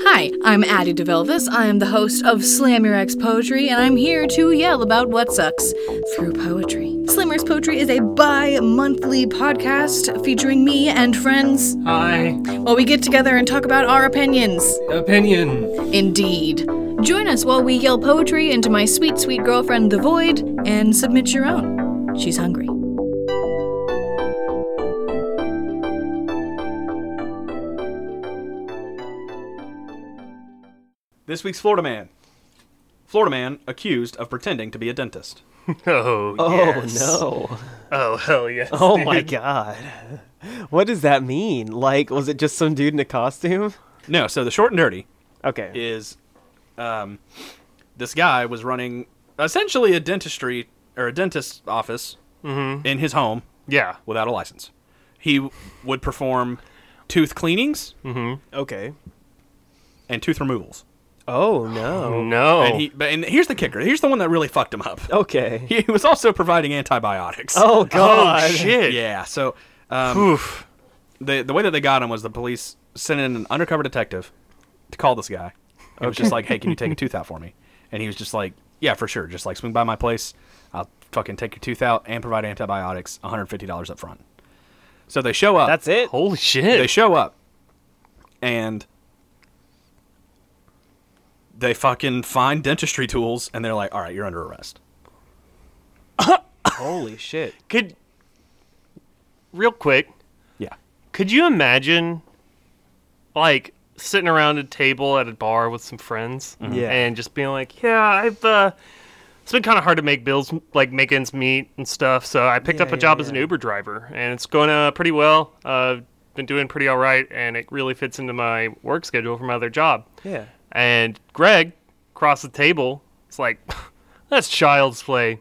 S4: Hi, I'm Addie DeVelvis. I am the host of Slam Your Ex Poetry, and I'm here to yell about what sucks through poetry. Slammer's Poetry is a bi monthly podcast featuring me and friends
S5: Hi.
S4: while we get together and talk about our opinions.
S5: Opinion.
S4: Indeed. Join us while we yell poetry into my sweet, sweet girlfriend, The Void, and submit your own. She's hungry.
S1: This week's Florida man. Florida man accused of pretending to be a dentist.
S2: Oh,
S3: Oh
S2: yes.
S3: no.
S2: Oh hell yes.
S3: Oh
S2: dude.
S3: my god. What does that mean? Like, was it just some dude in a costume?
S1: No, so the short and dirty
S3: Okay.
S1: is um, this guy was running essentially a dentistry or a dentist's office in his home
S2: Yeah.
S1: without a license. He would perform tooth cleanings
S3: Okay.
S1: and tooth removals.
S3: Oh no.
S2: No.
S1: And he, but, and here's the kicker. Here's the one that really fucked him up.
S3: Okay.
S1: He was also providing antibiotics.
S3: Oh god.
S2: shit.
S1: yeah. So um,
S2: Oof.
S1: the the way that they got him was the police sent in an undercover detective to call this guy. It was just like, hey, can you take a tooth out for me? And he was just like, yeah, for sure. Just like swing by my place. I'll fucking take your tooth out and provide antibiotics, $150 up front. So they show up.
S3: That's it.
S2: Holy
S1: They
S2: shit.
S1: show up and they fucking find dentistry tools and they're like, all right, you're under arrest.
S3: Holy shit.
S2: could real quick,
S1: Yeah.
S2: could you imagine like sitting around a table at a bar with some friends
S3: Mm-hmm. Yeah.
S2: and just being like, "Yeah, I've uh it's been kind of hard to make bills, like make ends meet and stuff. So I picked
S3: Yeah,
S2: up a
S3: yeah,
S2: job as an
S3: yeah.
S2: Uber driver, and it's going uh, pretty well. Uh, been doing pretty all right, and it really fits into my work schedule for my other job.
S3: Yeah.
S2: And Greg, across the table, is like, that's child's play.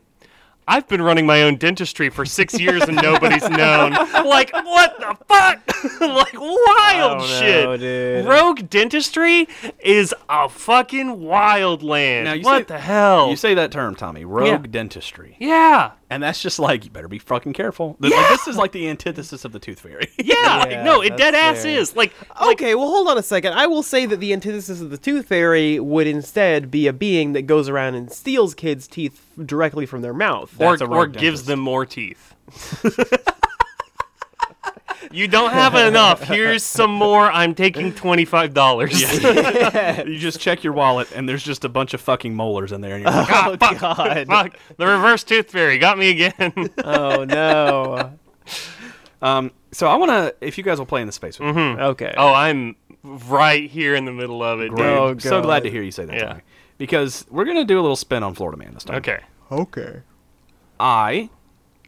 S2: I've been running my own dentistry for six years and nobody's known. Like, what the fuck? like, wild
S3: don't
S2: shit.
S3: know, dude.
S2: Rogue dentistry is a fucking wild land.
S1: Now, you
S2: what
S1: say-
S2: the hell?
S1: You say that term, Tommy, rogue dentistry.
S2: yeah.
S1: And that's just like, you better be fucking careful. Th- like, this is like the antithesis of the tooth fairy.
S2: Yeah.
S3: Yeah,
S2: no, it dead
S3: that's
S2: ass
S3: fair.
S2: is. Like, like
S3: Okay, well, hold on a second. I will say that the antithesis of the tooth fairy would instead be a being that goes around and steals kids' teeth directly from their mouth.
S2: or,
S1: That's a rogue
S2: or gives
S1: dentist.
S2: them more teeth. you don't have enough. Here's some more. I'm taking twenty five dollars.
S1: you just check your wallet and there's just a bunch of fucking molars in there. And you're like,
S2: oh, fuck, God. Fuck. The reverse tooth fairy got me again.
S3: oh no.
S1: um, so I want to, if you guys will play in the space with me.
S3: Okay.
S2: oh, I'm right here in the middle of it, dude.
S1: Great.
S3: Oh,
S1: so
S3: God.
S1: glad to hear you say that,
S2: Yeah.
S1: Tommy. Because we're going to do a little spin on Florida Man this time.
S2: Okay.
S3: Okay.
S1: I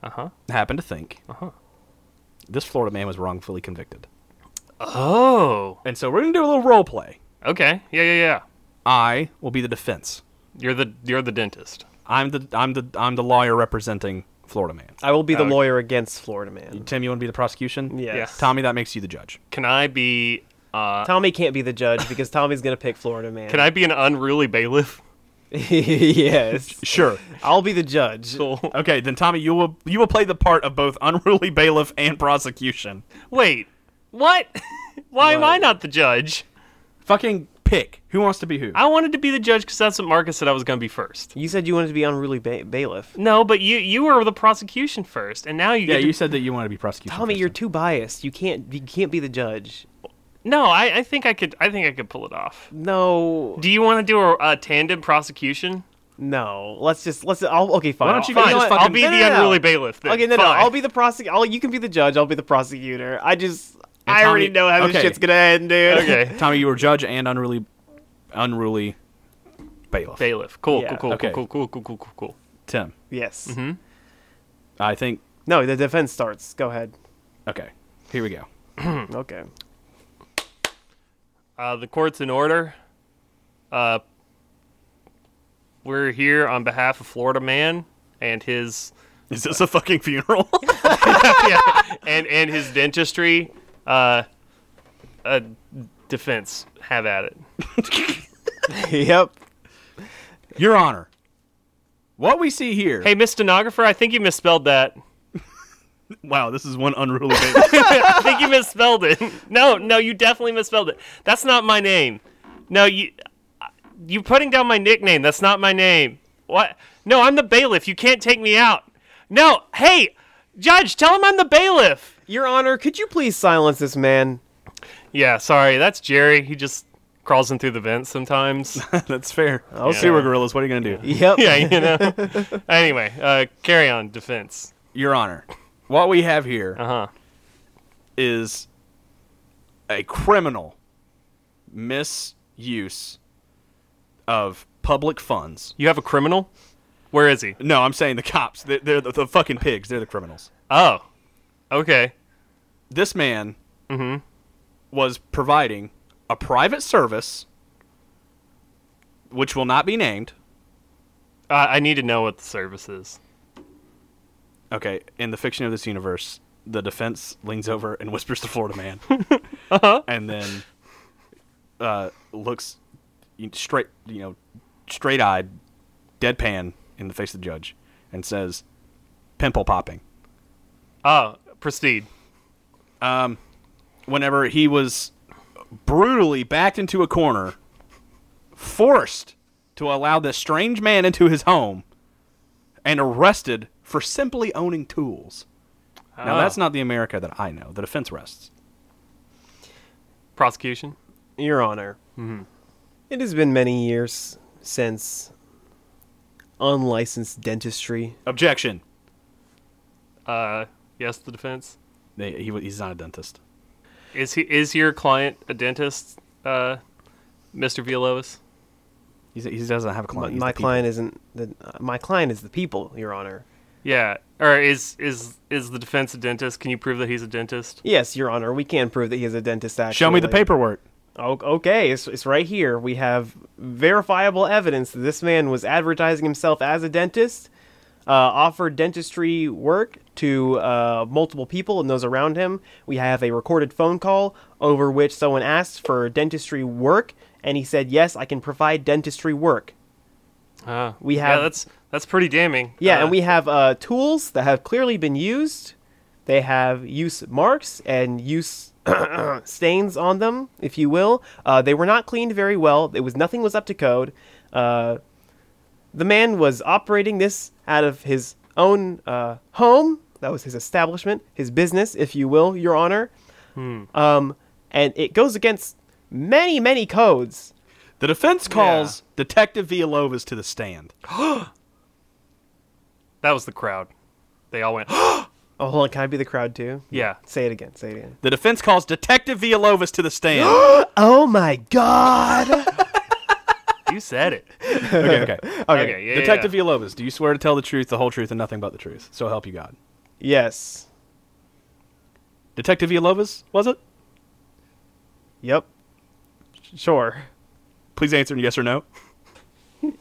S2: Uh huh.
S1: happen to think
S2: Uh-huh.
S1: this Florida man was wrongfully convicted.
S2: Oh.
S1: And so we're going to do a little role play.
S2: Okay. Yeah, yeah, yeah.
S1: I will be the defense.
S2: You're the you're the dentist.
S1: I'm the I'm the I'm the lawyer representing Florida man.
S3: I will be the
S2: Okay.
S3: lawyer against Florida Man.
S1: Tim, you want to be the prosecution?
S3: Yes.
S1: Tommy, that makes you the judge.
S2: Can I be? Uh,
S3: Tommy can't be the judge because Tommy's gonna pick Florida Man.
S2: can I be an unruly bailiff?
S3: yes.
S1: Sure.
S3: I'll be the judge.
S2: Cool.
S1: Okay, then Tommy, you will you will play the part of both unruly bailiff and prosecution.
S2: Wait. What? Why am
S3: What?
S2: I not the judge?
S1: Fucking pick who wants to be who.
S2: I wanted to be the judge because that's what Marcus said I was going to be first.
S3: You said you wanted to be unruly ba- bailiff.
S2: No, but you you were the prosecution first, and now you
S1: yeah,
S2: get to-
S1: you said that you want to be prosecution.
S3: Tommy,
S1: first.
S3: you're too biased. You can't. You can't be the judge.
S2: no. I, I think I could I think I could pull it off.
S3: No.
S2: Do you want to do a, a tandem prosecution?
S3: No. Let's just. Let's. I'll, okay. Fine.
S1: Why don't you
S3: I'll-
S1: guys
S2: Fine,
S1: just
S2: I'll
S1: fucking-
S2: be
S3: No, no,
S2: the
S3: no.
S2: unruly bailiff. Then.
S3: Okay, no, no.
S2: Fine.
S3: I'll be the prosec. I'll, you can be the judge. I'll be the prosecutor. I just.
S1: And
S3: I
S1: Tommy-
S3: already know how this
S1: okay.
S3: shit's gonna end, dude.
S2: okay.
S1: Tommy, you were judge and unruly unruly bailiff.
S2: bailiff. Cool,
S3: Yeah,
S2: cool, cool,
S1: okay.
S2: cool, cool, cool, cool, cool, cool.
S1: Tim,
S3: Yes.
S1: Mm-hmm. I think
S3: No, the defense starts. Go ahead.
S1: okay. Here we go.
S3: Okay.
S2: Uh, the court's in order. Uh, we're here on behalf of Florida Man and his
S1: Is this a fucking funeral?
S2: yeah, and and his dentistry. Uh, uh, defense. Have at it.
S3: yep.
S1: Your Honor, what we see here.
S2: Hey, Miss Stenographer, I think you misspelled that.
S1: wow, this is one unruly bailiff.
S2: I think you misspelled it. No, no, you definitely misspelled it. That's not my name. No, you uh, you putting down my nickname. That's not my name. What? No, I'm the bailiff. You can't take me out. No, hey, judge, tell him I'm the bailiff.
S3: Your Honor, could you please silence this man?
S2: Yeah, sorry, that's Jerry. He just crawls in through the vents sometimes.
S1: That's fair. Oh,
S2: Yeah.
S1: sewer gorillas. What are you gonna do,
S3: Yep.
S2: yeah, you know. Anyway, uh, carry on defense.
S1: Your Honor? What we have here is
S2: Uh huh.
S1: a criminal misuse of public funds.
S2: You have a criminal? Where is he?
S1: No, I'm saying the cops. They're, they're the, the fucking pigs. They're the criminals.
S2: Oh. Okay.
S1: This man was providing a private service, which will not be named.
S2: Uh, I need to know what the service is.
S1: Okay, in the fiction of this universe, the defense leans over and whispers to Florida Man, and then uh, looks you- straight, you know, straight-eyed, deadpan in the face of the judge, and says, "Pimple popping."
S2: Oh, proceed.
S1: whenever he was brutally backed into a corner, forced to allow this strange man into his home, and arrested for simply owning tools. Now,
S2: Oh.
S1: that's not the America that I know. The defense rests.
S2: Prosecution?
S3: Your Honor,
S1: Mm-hmm.
S3: it has been many years since unlicensed dentistry.
S1: Objection.
S2: Uh, yes, the defense.
S1: They, he, wa- he's not a dentist.
S2: Is he is your client a dentist, uh, Mr. Villalobos?
S1: He's, he doesn't have a
S3: My,
S1: client. He's
S3: my
S1: the people.
S3: client isn't. The, uh, my client is the people, Your Honor.
S2: Yeah. Or is is is the defense a dentist? Can you prove that he's a dentist?
S3: Yes, Your Honor, we can prove that he is a dentist. Actually,
S1: Show me the paperwork.
S3: O- Okay, it's, it's right here. We have verifiable evidence that this man was advertising himself as a dentist, uh, offered dentistry work to uh, multiple people and those around him. We have a recorded phone call over which someone asked for dentistry work, and he said, Yes, I can provide dentistry work.
S2: Uh,
S3: We
S2: yeah,
S3: have-
S2: that's that's pretty damning.
S3: Yeah,
S2: Uh,
S3: and we have uh, tools that have clearly been used. They have use marks and use stains on them, if you will. Uh, they were not cleaned very well. It was nothing was up to code. Uh, the man was operating this out of his own uh, home. That was his establishment, his business, if you will, Your Honor.
S2: Hmm.
S3: Um, and it goes against many, many codes.
S1: The defense calls Detective Villalobos to the stand.
S2: that was the crowd. They all went.
S3: Oh, hold on, can I be the crowd too?
S2: yeah.
S3: Say it again. Say it again.
S1: The defense calls Detective Villalobos to the stand.
S3: Oh my God.
S2: You said it.
S1: okay, okay.
S2: Okay. yeah, yeah,
S1: Detective
S2: yeah.
S1: Villalobos, do you swear to tell the truth, the whole truth, and nothing but the truth? So help you God.
S3: Yes.
S1: Detective Villalobos, was it?
S3: Yep. Sure.
S1: Please answer in yes or no.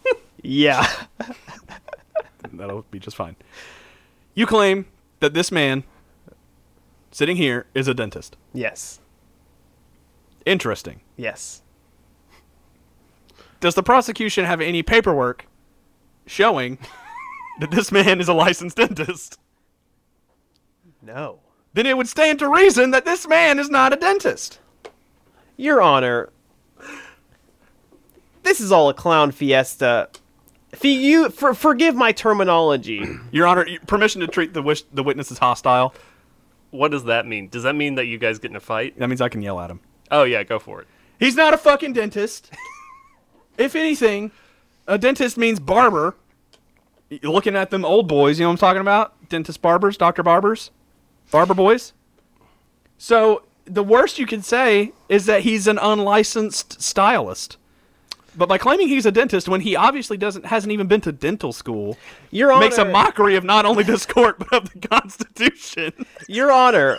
S3: Yeah.
S1: That'll be just fine. You claim that this man sitting here is a dentist.
S3: yes.
S1: Interesting.
S3: Yes.
S1: Does the prosecution have any paperwork showing that this man is a licensed dentist?
S3: No.
S1: Then it would stand to reason that this man is not a dentist.
S3: Your Honor, this is all a clown fiesta. For you, for, forgive my terminology.
S1: Your Honor, y- permission to treat the, wish, the witness as hostile.
S2: What does that mean? Does that mean that you guys get in a fight?
S1: That means I can yell at him.
S2: Oh yeah, go for it.
S1: He's not a fucking dentist. if anything, a dentist means barber. Y- Looking at them old boys, you know what I'm talking about? Dentist barbers, doctor barbers, barber boys. So the worst you can say is that he's an unlicensed stylist. But by claiming he's a dentist when he obviously doesn't hasn't even been to dental school,
S3: Your Honor,
S1: makes a mockery of not only this court but of the Constitution.
S3: Your Honor,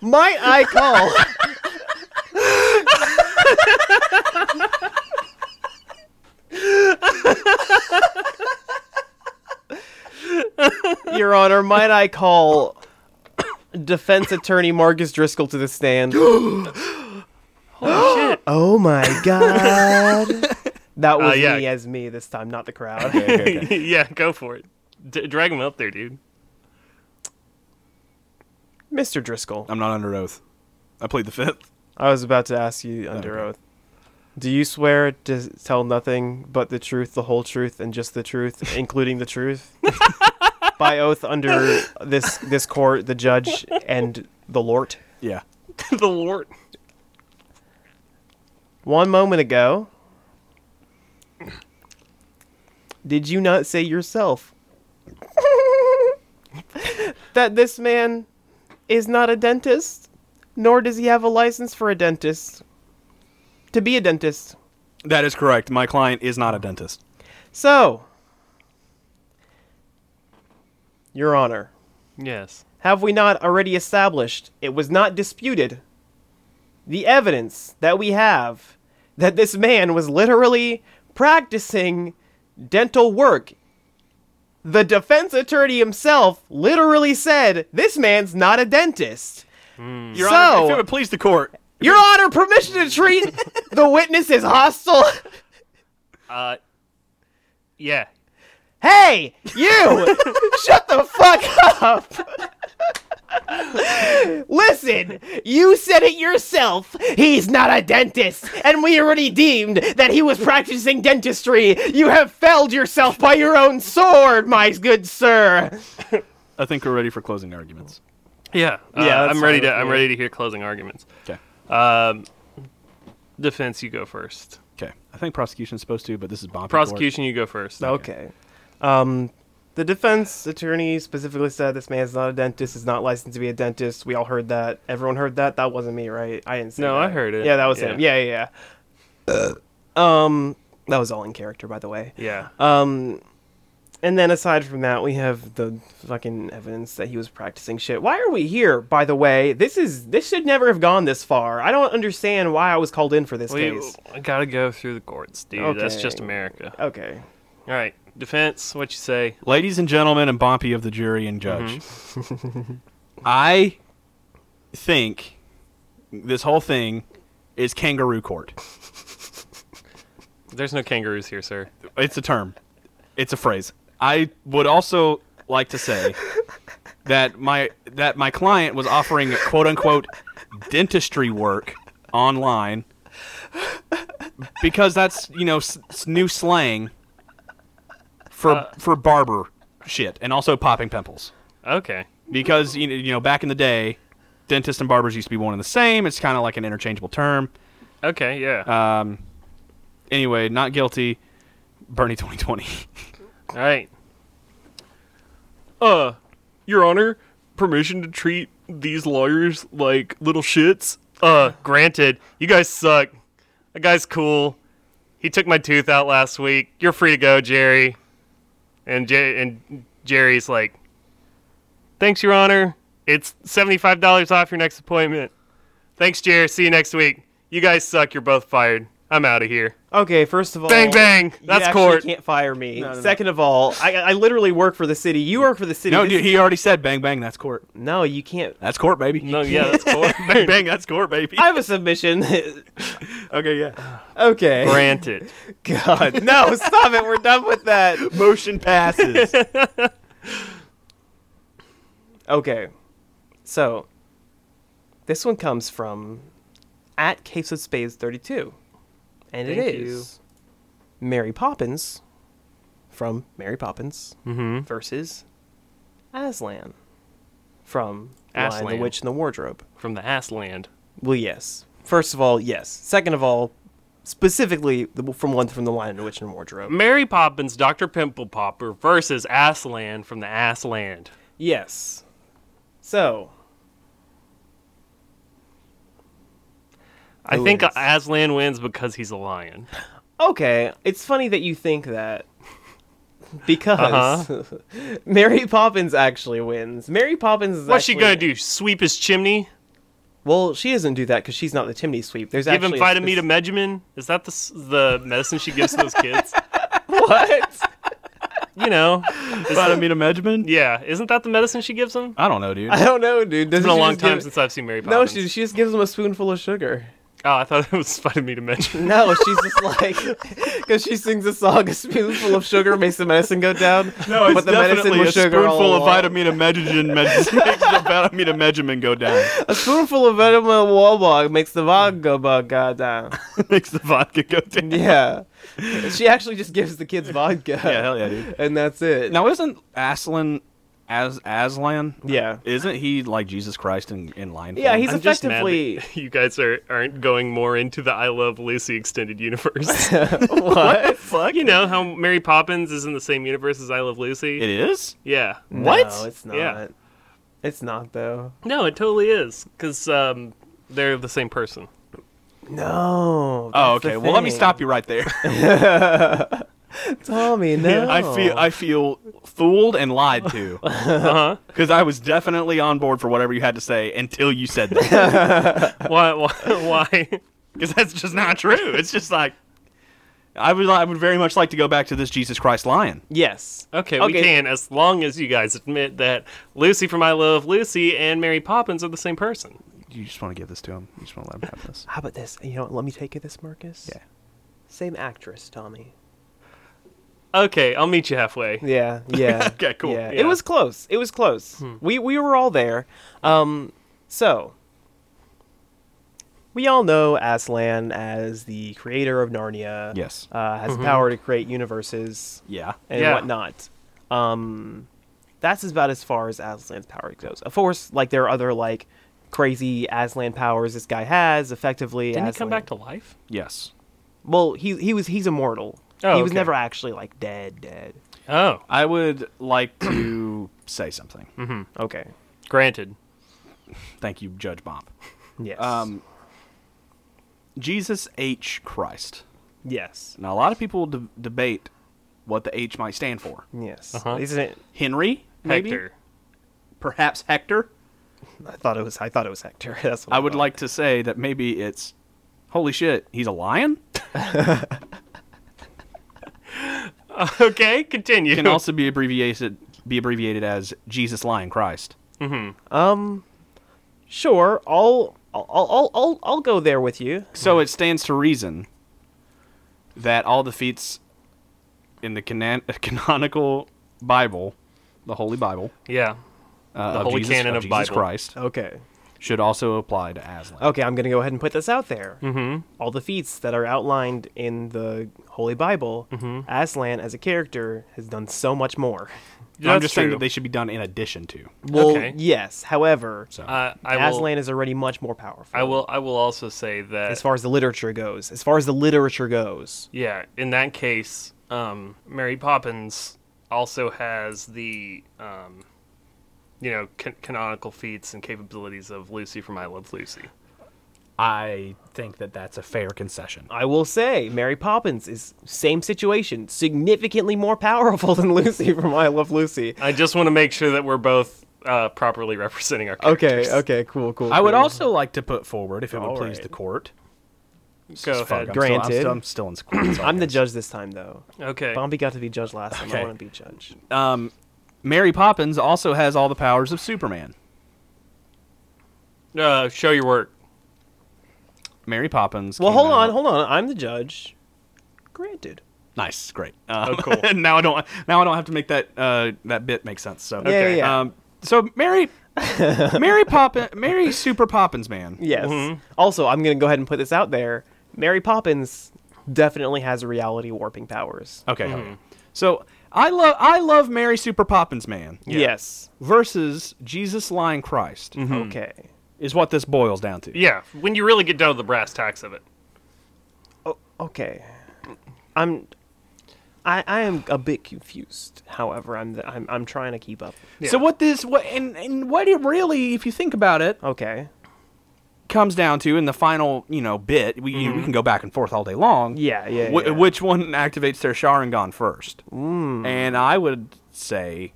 S3: might I call? Your Honor, might I call defense attorney Marcus Driscoll to the stand? Holy shit. Uh, Oh my god. That was
S2: yeah.
S3: me as me this time, not the crowd.
S2: yeah, go for it. D- drag him up there, dude.
S3: Mr. Driscoll.
S1: I'm not under oath. I plead the fifth.
S3: I was about to ask you under
S1: okay.
S3: oath. Do you swear to tell nothing but the truth, the whole truth, and just the truth, including the truth? By oath under this this court, the judge and the lord.
S1: Yeah.
S2: the Lord.
S3: One moment ago, did you not say yourself that this man is not a dentist, nor does he have a license for a dentist? To be a dentist,
S1: That is correct. My client is not a dentist.
S3: So, Your Honor,
S2: Yes.
S3: have we not already established it was not disputed the evidence that we have that this man was literally practicing dental work? The defense attorney himself literally said, This man's not a dentist.
S1: Your
S3: So-
S1: Honor, if it would please the court,
S3: Your Honor, permission to treat the witness as hostile?
S2: Uh, yeah.
S3: Hey, you! shut the fuck up! Listen, you said it yourself. He's not a dentist, and we already deemed that he was practicing dentistry. You have felled yourself by your own sword, my good sir.
S1: I think we're ready for closing arguments.
S2: Yeah. Uh,
S3: Yeah, that's
S2: I'm ready
S3: fine
S2: to.
S3: with
S2: I'm
S3: me.
S2: ready to hear closing arguments.
S1: Okay.
S2: Um, defense, you go first.
S1: Okay. I think prosecution's supposed to, but this is Bob.
S2: Prosecution, you go first.
S3: Okay. Um, the defense attorney specifically said this man's not a dentist, is not licensed to be a dentist. We all heard that. Everyone heard that. That wasn't me, right? I didn't say
S2: No, I
S3: that.
S2: heard it.
S3: Yeah, that was
S2: Yeah.
S3: him. Yeah, yeah, yeah. um, that was all in character, by the way.
S2: Yeah.
S3: Um, and then aside from that, we have the fucking evidence that he was practicing shit. Why are we here, by the way? This is this should never have gone this far. I don't understand why I was called in for this
S2: we
S3: case.
S2: I gotta go through the courts, dude. That's just
S3: Okay.
S2: America.
S3: Okay.
S2: All right. Defense, what you say?
S1: Ladies and gentlemen, and Bompy of the jury and judge. I think this whole thing is kangaroo court.
S2: There's no kangaroos here, sir.
S1: It's a term. It's a phrase. I would also like to say that my that my client was offering quote unquote dentistry work online because that's you know s- s- new slang for for barber shit and also popping pimples
S2: Okay.
S1: because you know, you know back in the day dentists and barbers used to be one and the same it's kind of like an interchangeable term
S2: Okay. Yeah.
S1: anyway not guilty bernie 2020
S2: All right. Uh, Your Honor, permission to treat these lawyers like little shits? Uh, granted. You guys suck. That guy's cool. He took my tooth out last week. You're free to go, Jerry. And J- and Jerry's like, "Thanks, Your Honor. It's seventy-five dollars off your next appointment. Thanks, Jerry. See you next week. You guys suck. You're both fired. I'm out of here.
S3: Okay, first of all,
S2: Bang, bang.
S3: Oh, you
S2: That's
S3: actually
S2: court.
S3: Can't fire me. Second of all, I, I literally work for the city. You work for the city.
S1: No,
S3: This
S1: dude,
S3: is-
S1: he already said bang bang. That's court.
S3: no, you can't.
S1: That's court, baby.
S2: No, yeah, that's court.
S1: bang bang. That's court, baby.
S3: I have a submission.
S1: okay, yeah.
S3: okay.
S2: Granted.
S3: God, no, stop it. We're done with that.
S1: Motion passes.
S3: Okay, so this one comes from at Case of Spades thirty two, and
S2: Thank
S3: it is Mary Poppins from Mary Poppins
S1: Mm-hmm.
S3: versus Aslan from Lion,
S2: Aslan.
S3: the Witch, and the Wardrobe.
S2: From the ass land.
S3: Well, yes. First of all, yes. Second of all, specifically the, from one from the Lion, the Witch, and Wardrobe.
S2: Mary Poppins, Dr. Pimple Popper versus Aslan from the Assland.
S3: Yes. So
S2: I
S3: Who
S2: think
S3: wins?
S2: Aslan wins because he's a lion.
S3: okay, it's funny that you think that because
S2: Uh-huh.
S3: Mary Poppins actually wins. Mary Poppins is
S2: What's she
S3: actually-
S2: gonna do? Sweep his chimney?
S3: Well, she doesn't do that because she's not the chimney sweep. There's
S2: Give him
S3: actually
S2: vitamin
S3: a spec-
S2: Megemin? Is that the s- the medicine she gives those kids?
S3: What?
S2: You know,
S1: Vitamin Medjman?
S2: yeah. Isn't that the medicine she gives him?
S1: I don't know, dude.
S3: I don't know, dude.
S2: It's
S3: Doesn't
S2: been a
S3: she
S2: long
S3: just
S2: time
S3: give-
S2: since I've seen Mary
S3: No,
S2: Poppins.
S3: she, she just gives him a spoonful of sugar.
S2: Oh, I thought it was vitamin Megemin.
S3: No, she's just like because she sings a song. A spoonful of sugar makes the medicine go down.
S1: No, it's
S3: but the medicine
S1: definitely
S3: was
S1: a
S3: sugar all
S1: spoonful of
S3: along.
S1: vitamin Medjman makes the vitamin Medjman go down.
S3: A spoonful of vitamin Wobog makes the vog go bug go down.
S1: makes the vodka go down.
S3: Yeah, she actually just gives the kids vodka.
S1: Yeah, hell yeah, dude.
S3: and that's it.
S1: Now, isn't Aslan as Aslan?
S3: Yeah.
S1: Isn't he like Jesus Christ in in line?
S3: Yeah,
S1: form?
S3: he's
S2: I'm just mad that
S3: effectively
S2: you guys are aren't going more into the I Love Lucy extended universe.
S3: what?
S2: Fuck, you know how Mary Poppins is in the same universe as I Love Lucy.
S1: It is.
S2: yeah.
S3: No, it's not.
S2: Yeah.
S3: It's not though.
S2: No, it totally is because um, they're the same person.
S3: No.
S1: Oh,
S3: that's the
S1: okay. Well, let me
S3: thing.
S1: stop you right there.
S3: Tommy, no.
S1: I feel I feel fooled and lied to
S2: Uh-huh.
S1: because I was definitely on board for whatever you had to say until you said that.
S3: Uh,
S2: why? Why? why?
S1: Because that's just not true. It's just like I would I would very much like to go back to this Jesus Christ lion.
S3: yes.
S2: Okay, we
S3: Okay.
S2: can as long as you guys admit that Lucy from I Love Lucy and Mary Poppins are the same person.
S1: You just want to give this to him. You just want to let him have this.
S3: How about this? You know, what, let me take you this, Marcus.
S1: Yeah.
S3: Same actress, Tommy.
S2: Okay, I'll meet you halfway.
S3: Yeah, yeah.
S1: Okay, cool.
S2: Yeah.
S3: yeah.
S2: Hmm.
S3: It was close. It was close. We we were all there. Um, so we all know Aslan as the creator of Narnia.
S1: Yes.
S3: uh, has the power to create universes
S1: Yeah.
S2: Mm-hmm.
S3: and
S2: Yeah.
S3: whatnot. Um, that's about as far as Aslan's power goes. Of course, like there are other like crazy Aslan powers this guy has. Effectively,
S2: Didn't
S3: Aslan.
S2: he come back to life?
S1: Yes.
S3: Well, he he was he's immortal.
S2: Oh,
S3: he was
S2: okay.
S3: never actually like dead. Dead.
S2: Oh,
S1: I would like to say something.
S2: Hmm.
S3: Okay.
S2: granted.
S1: Thank you, Judge Bomb.
S3: Yes.
S1: Um, Jesus H. Christ.
S3: yes.
S1: Now, a lot of people de- debate what the H might stand for.
S3: Yes.
S2: Uh-huh.
S3: Isn't it?
S1: Henry, maybe?
S2: Hector.
S1: Perhaps Hector.
S3: I thought it was. I thought it was Hector. That's what
S1: I would
S3: thought.
S1: like to say that maybe it's, holy shit, he's a lion?
S2: Okay, continue.
S1: Can also be abbreviated be abbreviated as Jesus Lion Christ.
S3: Sure. I'll. I'll. I'll. I'll. I'll go there with you.
S1: So it stands to reason that all the feats in the canon- canonical Bible, the Holy Bible,
S2: yeah.
S1: uh,
S2: The
S1: of
S2: holy
S1: Jesus,
S2: canon
S1: of
S2: of
S1: Jesus
S2: Bible.
S1: Christ,
S3: Okay.
S1: should also apply to Aslan.
S3: Okay, I'm going to go ahead and put this out there. Mm-hmm. All the feats that are outlined in the Holy Bible, Aslan as a character has done so much more.
S1: I'm
S2: That's
S1: just saying
S2: true.
S1: that they should be done in addition to.
S3: Well,
S2: Okay.
S3: yes. However,
S1: So
S2: Uh, I will.
S3: Aslan is already much more powerful.
S2: I will. I will also say that
S3: As far as the literature goes, as far as the literature goes,
S2: Yeah, in that case, um, Mary Poppins also has the, um, you know, can- canonical feats and capabilities of Lucy from I Love Lucy.
S1: I think that that's a fair concession.
S3: I will say Mary Poppins is same situation, significantly more powerful than Lucy from I Love Lucy.
S2: I just want to make sure that we're both uh, properly representing our
S3: Okay,
S2: characters.
S3: okay, cool, cool.
S1: I would
S3: cool.
S1: also like to put forward, if it would
S3: All
S1: please
S3: right.
S1: the court.
S2: Go
S1: Fuck,
S2: ahead.
S1: I'm still- I'm
S3: Granted.
S1: still- I'm still in school. that's all
S3: I'm
S1: I
S3: the
S1: guess.
S3: judge this time though.
S2: Okay.
S3: Bombi got to be judge last time.
S1: Okay.
S3: I want to be judge.
S1: Um, Mary Poppins also has all the powers of Superman.
S2: Uh, show your work.
S1: Mary Poppins.
S3: Well,
S1: came
S3: hold on,
S1: out-
S3: hold on. I'm the judge. Granted.
S1: Nice, great. Um,
S2: Oh, cool.
S1: now I don't. Now I don't have to make that uh, that bit make sense. So
S3: Yeah, yeah, yeah.
S1: Um, so Mary, Mary Poppin, Mary Super Poppins man.
S3: Yes.
S1: Mm-hmm.
S3: Also, I'm going to go ahead and put this out there. Mary Poppins definitely has reality warping powers.
S1: Okay. okay. So I love I love Mary Super Poppins man
S3: Yes.
S1: versus Jesus Lion Christ
S3: Okay.
S1: is what this boils down to.
S2: Yeah, when you really get down to the brass tacks of it.
S3: Oh, Okay. I'm I I am a bit confused. However, I'm the, I'm I'm trying to keep up.
S1: So what this what and, and what it really, if you think about it,
S3: Okay.
S1: comes down to in the final you know bit, we,
S3: Mm-hmm.
S1: you- we can go back and forth all day long.
S3: Yeah, yeah,
S1: wh-
S3: yeah.
S1: Which one activates their Sharingan first? Mm. And I would say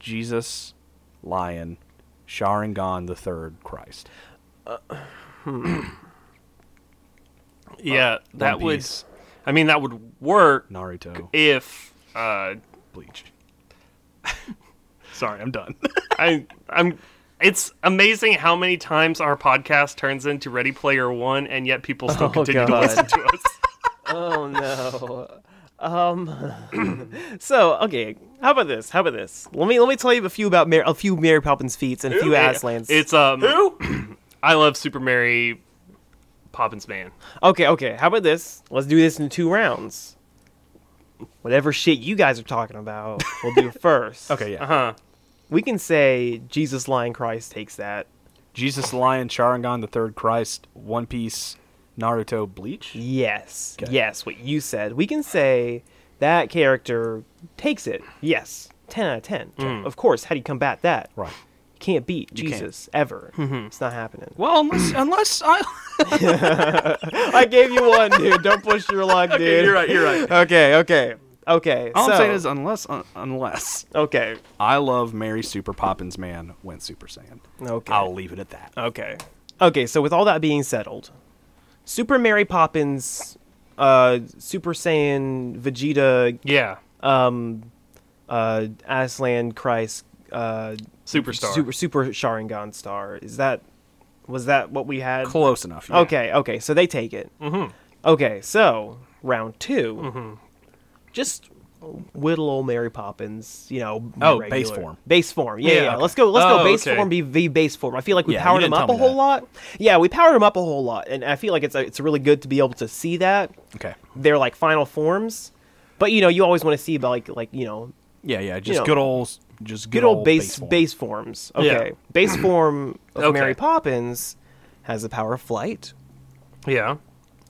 S1: Jesus, Lion, Sharingan the Third, Christ.
S2: Yeah, that
S1: Uh, One
S2: would.
S1: Piece.
S2: I mean, that would work
S1: Naruto,
S2: if. Uh,
S1: Bleach. Sorry, I'm done.
S2: I, I'm. It's amazing how many times our podcast turns into Ready Player One, and yet people still
S3: Oh,
S2: continue to
S3: God.
S2: listen to us.
S3: Oh no. Um so, okay, how about this? How about this? Let me let me tell you a few about Mar- a few Mary Poppins feats and a few Aslan's.
S2: It's um. I love Super Mary Poppins Man.
S3: Okay, okay. How about this? Let's do this in two rounds. Whatever shit you guys are talking about, we'll do first.
S1: okay, yeah.
S2: Uh huh.
S3: We can say Jesus Lion Christ takes that.
S1: Jesus, Lion, Sharingan the Third, Christ, One Piece, Naruto, Bleach.
S3: Yes.
S1: Okay.
S3: Yes, what you said. We can say that character takes it. Yes. 10 out of 10. Of course, how do you combat that?
S1: Right.
S3: Hmm. You can't Mm-hmm. beat
S1: You can't.
S3: Jesus ever. It's not happening.
S1: Well, unless, unless I.
S3: I gave you one, dude. Don't push your luck, dude.
S1: okay, you're right. You're right.
S3: Okay, okay, okay.
S1: All
S3: so,
S1: I'm saying is, unless, un- unless
S3: okay,
S1: I love Mary Super Poppins Man when Super Saiyan.
S3: okay,
S1: I'll leave it at that.
S3: okay, okay. So with all that being settled, Super Mary Poppins, uh, Super Saiyan Vegeta,
S2: Yeah.
S3: um, uh, Aslan Christ, uh,
S2: Superstar.
S3: Super Super Sharingan Star. Is that was that what we had?
S1: Close enough. yeah.
S3: Okay, okay. So they take it. Mm-hmm. Okay, so round 2
S2: Mm-hmm.
S3: Just whittle old Mary Poppins, you know. be
S1: Oh, base form.
S3: Base form. Yeah, yeah.
S2: Yeah,
S3: yeah.
S2: okay.
S3: Let's go. Let's
S2: Oh,
S3: go. Base
S2: okay.
S3: form. Be, be base form. I feel like we
S1: Yeah, you
S3: powered
S1: didn't
S3: him up
S1: tell
S3: a
S1: me
S3: whole
S1: that.
S3: lot. Yeah, we powered him up a whole lot, and I feel like it's it's really good to be able to see that
S1: Okay.
S3: their like final forms. But you know, you always want to see about like like you know
S1: Yeah, yeah. Just
S3: know,
S1: good old. Just good,
S3: good old base
S1: form.
S3: base forms.
S2: Yeah.
S3: Okay, base form of
S2: Okay.
S3: Mary Poppins has the power of flight.
S2: Yeah.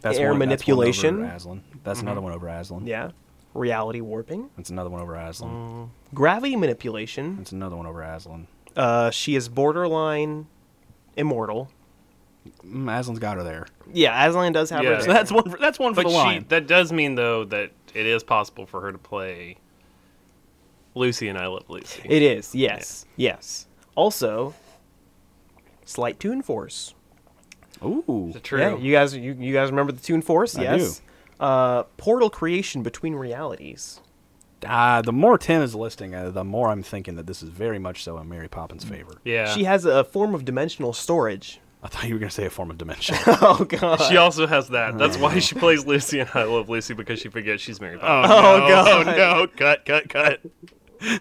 S1: That's one- that's
S3: air
S1: one over
S3: manipulation.
S1: Aslan. That's another one over Aslan.
S3: Yeah, reality warping,
S1: That's another one over Aslan.
S3: gravity manipulation.
S1: That's another one over Aslan.
S3: Uh, she is borderline immortal.
S1: Mm, Aslan's got her there.
S3: Yeah, Aslan does have
S2: Yeah.
S3: her.
S2: So
S1: So
S3: there.
S1: that's one. For, that's one for
S2: But
S1: the
S2: she,
S1: line.
S2: that does mean though that it is possible for her to play Lucy and I Love Lucy.
S3: It is. Yes. Yes. Also, slight Toon Force.
S1: Ooh.
S2: True.
S3: Yeah, you guys, you, you guys remember the Toon Force?
S1: I
S3: yes. Uh, portal creation between realities.
S1: Uh, the more Tim is listing, uh, the more I'm thinking that this is very much so in Mary Poppins' favor.
S2: yeah.
S3: She has a form of dimensional storage.
S1: I thought you were gonna say a form of dementia.
S3: Oh god.
S2: She also has that. That's why she plays Lucy and I Love Lucy because she forgets she's married. Oh,
S3: Oh,
S2: no.
S3: God.
S2: Oh, no. Cut, cut, cut. snip,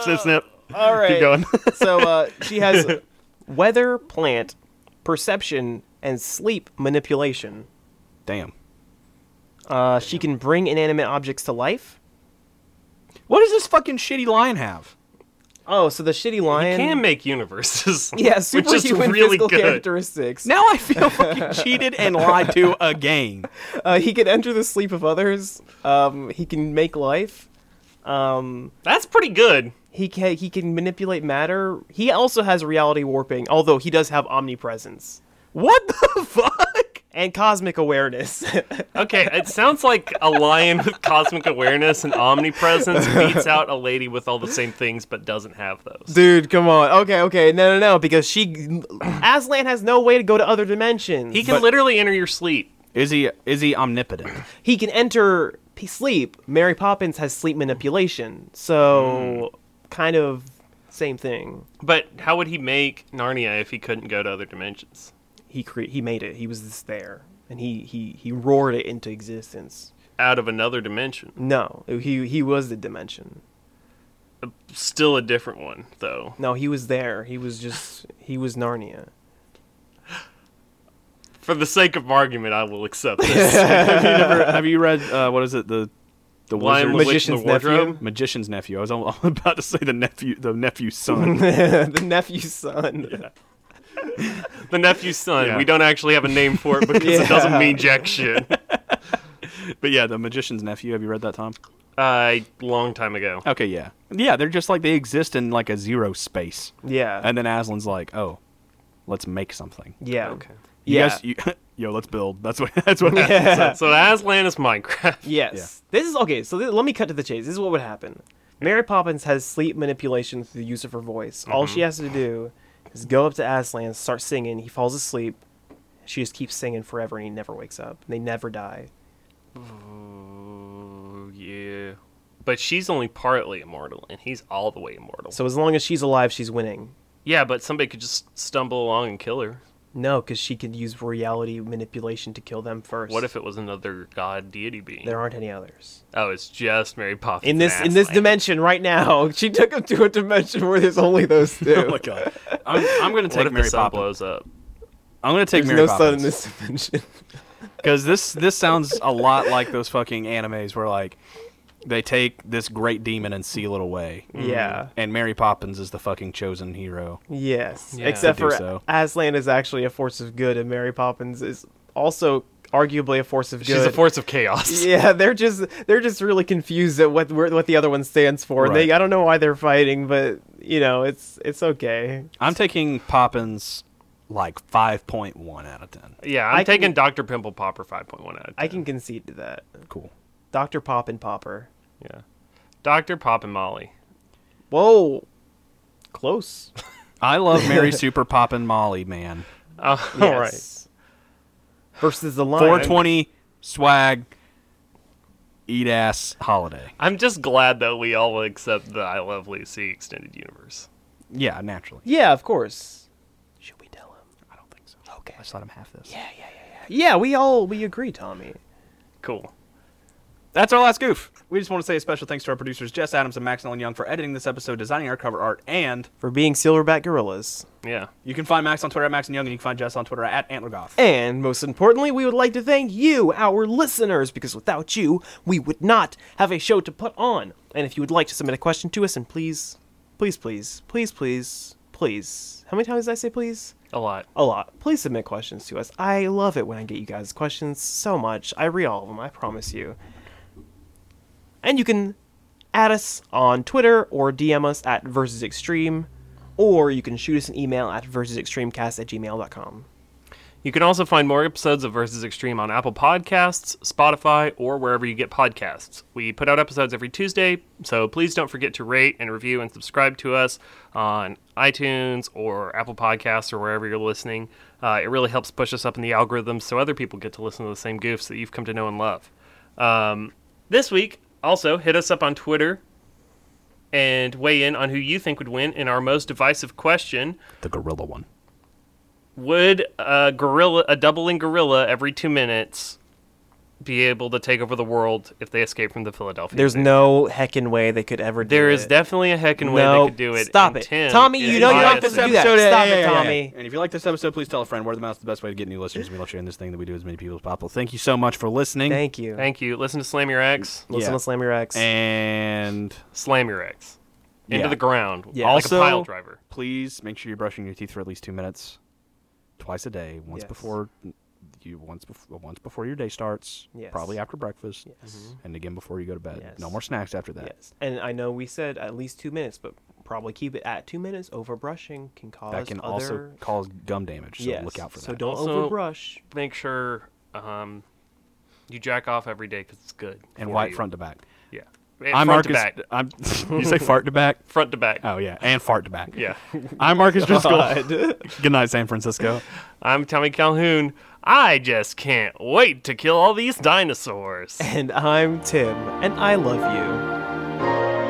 S2: snip,
S3: Uh,
S2: snip.
S3: All right.
S2: Keep going.
S3: so uh, she has weather, plant, perception, and sleep manipulation.
S1: Damn.
S3: Uh, she can bring inanimate objects to life.
S1: What does this fucking shitty lion have?
S3: Oh, so the shitty lion
S2: Can make universes.
S3: yeah,
S2: which is
S3: superhuman
S2: really
S3: physical
S2: good.
S3: characteristics.
S1: Now I feel fucking cheated and lied to again.
S3: Uh, he can enter the sleep of others. Um, he can make life. Um,
S2: That's pretty good.
S3: he can he can manipulate matter. He also has reality warping, although he does have omnipresence
S1: What the fuck?
S3: and cosmic awareness.
S2: Okay, it sounds like a lion with cosmic awareness and omnipresence beats out a lady with all the same things but doesn't have those.
S3: Dude, come on. Okay, okay. No, no, no. Because she, Aslan has no way to go to other dimensions.
S2: He can literally enter your sleep.
S1: Is he is he omnipotent?
S3: he can enter p- sleep. Mary Poppins has sleep manipulation, so kind of same thing.
S2: But how would he make Narnia if he couldn't go to other dimensions?
S3: He cre- he made it. He was just there, and he he he roared it into existence.
S2: Out of another dimension.
S3: No, he he was the dimension.
S2: Still a different one, though.
S3: No, he was there. He was just he was Narnia.
S2: For the sake of argument, I will accept this.
S1: have, you never, have you read uh, what is it the the
S2: Lion, the
S1: wizard-
S2: Witch, and
S3: Magician's
S2: the Wardrobe?
S1: magician's nephew? I was all, all about to say the nephew the nephew's son.
S3: the nephew's son.
S2: The nephew's son.
S1: Yeah.
S2: We don't actually have a name for it because
S3: Yeah.
S2: it doesn't mean jack shit.
S1: but yeah, the magician's nephew. Have you read that, Tom?
S2: Uh, long time ago.
S1: Okay, yeah, yeah. They're just like they exist in like a zero space,
S3: Yeah.
S1: and then Aslan's like, oh, let's make something.
S3: yeah.
S2: Okay.
S1: You
S3: Yeah.
S1: guys- you- yo, let's build. That's what. That's what. happens.
S3: yeah.
S2: So, so Aslan is Minecraft.
S3: Yes. This is okay. So th- let me cut to the chase. This is what would happen. Mary Poppins has sleep manipulation through the use of her voice. All
S1: Mm-hmm.
S3: she has to do is go up to Aslan, start singing. He falls asleep. She just keeps singing forever, and he never wakes up. They never die.
S2: Oh, yeah. But she's only partly immortal, and he's all the way immortal.
S3: So as long as she's alive, she's winning.
S2: yeah, but somebody could just stumble along and kill her.
S3: No, because she could use reality manipulation to kill them first.
S2: What if it was another god deity being?
S3: there aren't any others
S2: Oh, it's just Mary Poppins.
S3: in
S2: and
S3: this in this
S2: Aslan.
S3: dimension right now? She took him to a dimension where there's only those two.
S1: oh my god. I'm, I'm gonna
S2: What
S1: take
S2: if Mary
S1: Mary
S2: the sun
S1: Poppins.
S2: blows up?
S1: I'm gonna take
S3: there's
S1: Mary
S3: no sun in
S1: Poppins
S3: this dimension.
S1: because this this sounds a lot like those fucking animes where like they take this great demon and seal it away.
S3: Yeah.
S1: And Mary Poppins is the fucking chosen hero.
S3: Yes,
S2: Yeah.
S3: except
S1: To do
S3: for
S1: so.
S3: Aslan is actually a force of good, and Mary Poppins is also arguably a force of good.
S2: She's a force of chaos.
S3: Yeah, they're just they're just really confused at what where, what the other one stands for. and They
S1: Right.
S3: I don't know why they're fighting, but you know, it's it's okay.
S1: I'm taking Poppins like 5.1 out of 10.
S2: Yeah, I'm
S3: I can-
S2: taking Dr. Pimple Popper 5.1 out of 10.
S3: I can concede to that.
S1: Cool.
S3: Doctor Pop and Popper.
S2: Yeah. Dr. Pop and Molly.
S3: Whoa, close.
S1: I love Mary Super Poppin' Molly, man.
S2: Uh, All right.
S3: Yes. Versus the line.
S1: 420 swag, eat ass holiday.
S2: I'm just glad that we all accept the I Love Lucy extended universe.
S1: Yeah, naturally.
S3: Yeah, of course. Should we tell him?
S1: I don't think so.
S3: Okay.
S1: I just let him have this.
S3: Yeah, we all we agree, Tommy.
S2: Cool.
S1: That's our last goof. We just want to say a special thanks to our producers, Jess Adams and Max Nolan Young, for editing this episode, designing our cover art, and
S3: For being silverback gorillas.
S2: Yeah.
S1: you can find Max on Twitter at Max and Young, and you can find Jess on Twitter at AntlerGoff.
S3: And most importantly, we would like to thank you, our listeners, because without you, we would not have a show to put on. And if you would like to submit a question to us, and please, please, please, please, please, please. How many times did I say please?
S2: A lot.
S3: A lot. Please submit questions to us. I love it when I get you guys questions so much. I read all of them, I promise you. And you can add us on Twitter or DM us at Versus Extreme, or you can shoot us an email at versusextremecast at gmail.com.
S2: You can also find more episodes of Versus Extreme on Apple Podcasts, Spotify, or wherever you get podcasts. We put out episodes every Tuesday, so please don't forget to rate and review and subscribe to us on iTunes or Apple Podcasts or wherever you're listening. Uh, it really helps push us up in the algorithm so other people get to listen to the same goofs that you've come to know and love. Um, this week, also hit us up on Twitter and weigh in on who you think would win in our most divisive question
S1: The gorilla one.
S2: would a gorilla, a doubling gorilla every two minutes, be able to take over the world if they escape from the Philadelphia?
S3: There's
S2: zoo?
S3: no heckin' way they could ever do
S2: there is
S3: it.
S2: definitely a heckin' way
S3: No,
S2: they could do it.
S3: stop
S2: and
S3: it.
S2: Tim
S3: Tommy,
S2: is
S3: you know you don't have to
S2: biased.
S3: do that. Stop it, Tommy.
S1: And if you like this episode, please tell a friend. Word of mouth is the best way to get new listeners. We love sharing this thing that we do with as many people as possible. Thank you so much for listening.
S3: Thank you.
S2: Thank you. Listen to Slam Your X.
S3: Listen
S1: Yeah.
S3: to Slam Your X.
S1: And
S2: Slam Your X into
S1: Yeah.
S2: the ground.
S3: Yeah.
S2: like
S1: Also-
S2: a pile driver.
S1: please make sure you're brushing your teeth for at least two minutes, twice a day. Once
S3: Yes.
S1: before you once before once before your day starts.
S3: Yes.
S1: Probably after breakfast. And again before you go to bed.
S3: Yes.
S1: No more snacks after that.
S3: yes. And I know we said at least two minutes, but probably keep it at two minutes. Overbrushing can cause
S1: That can
S3: other...
S1: also cause gum damage. So
S3: yes.
S1: look out for
S3: So
S1: that.
S3: don't
S2: Also-
S3: overbrush.
S2: Make sure um, you jack off every day because it's good.
S1: and
S2: for
S1: white
S2: you.
S1: front to back.
S2: Yeah.
S1: I'm
S2: front
S1: Marcus.
S2: to back.
S1: I'm. you say fart to back?
S2: Front to back.
S1: Oh yeah, and fart to back.
S2: Yeah.
S1: I'm Marcus Driscoll. Good night, San Francisco.
S2: I'm Tommy Calhoun. I just can't wait to kill all these dinosaurs.
S3: And I'm Tim, and I love you.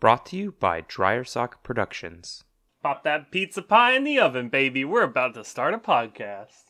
S5: Brought to you by Dryer Sock Productions.
S2: Pop that pizza pie in the oven, baby. We're about to start a podcast.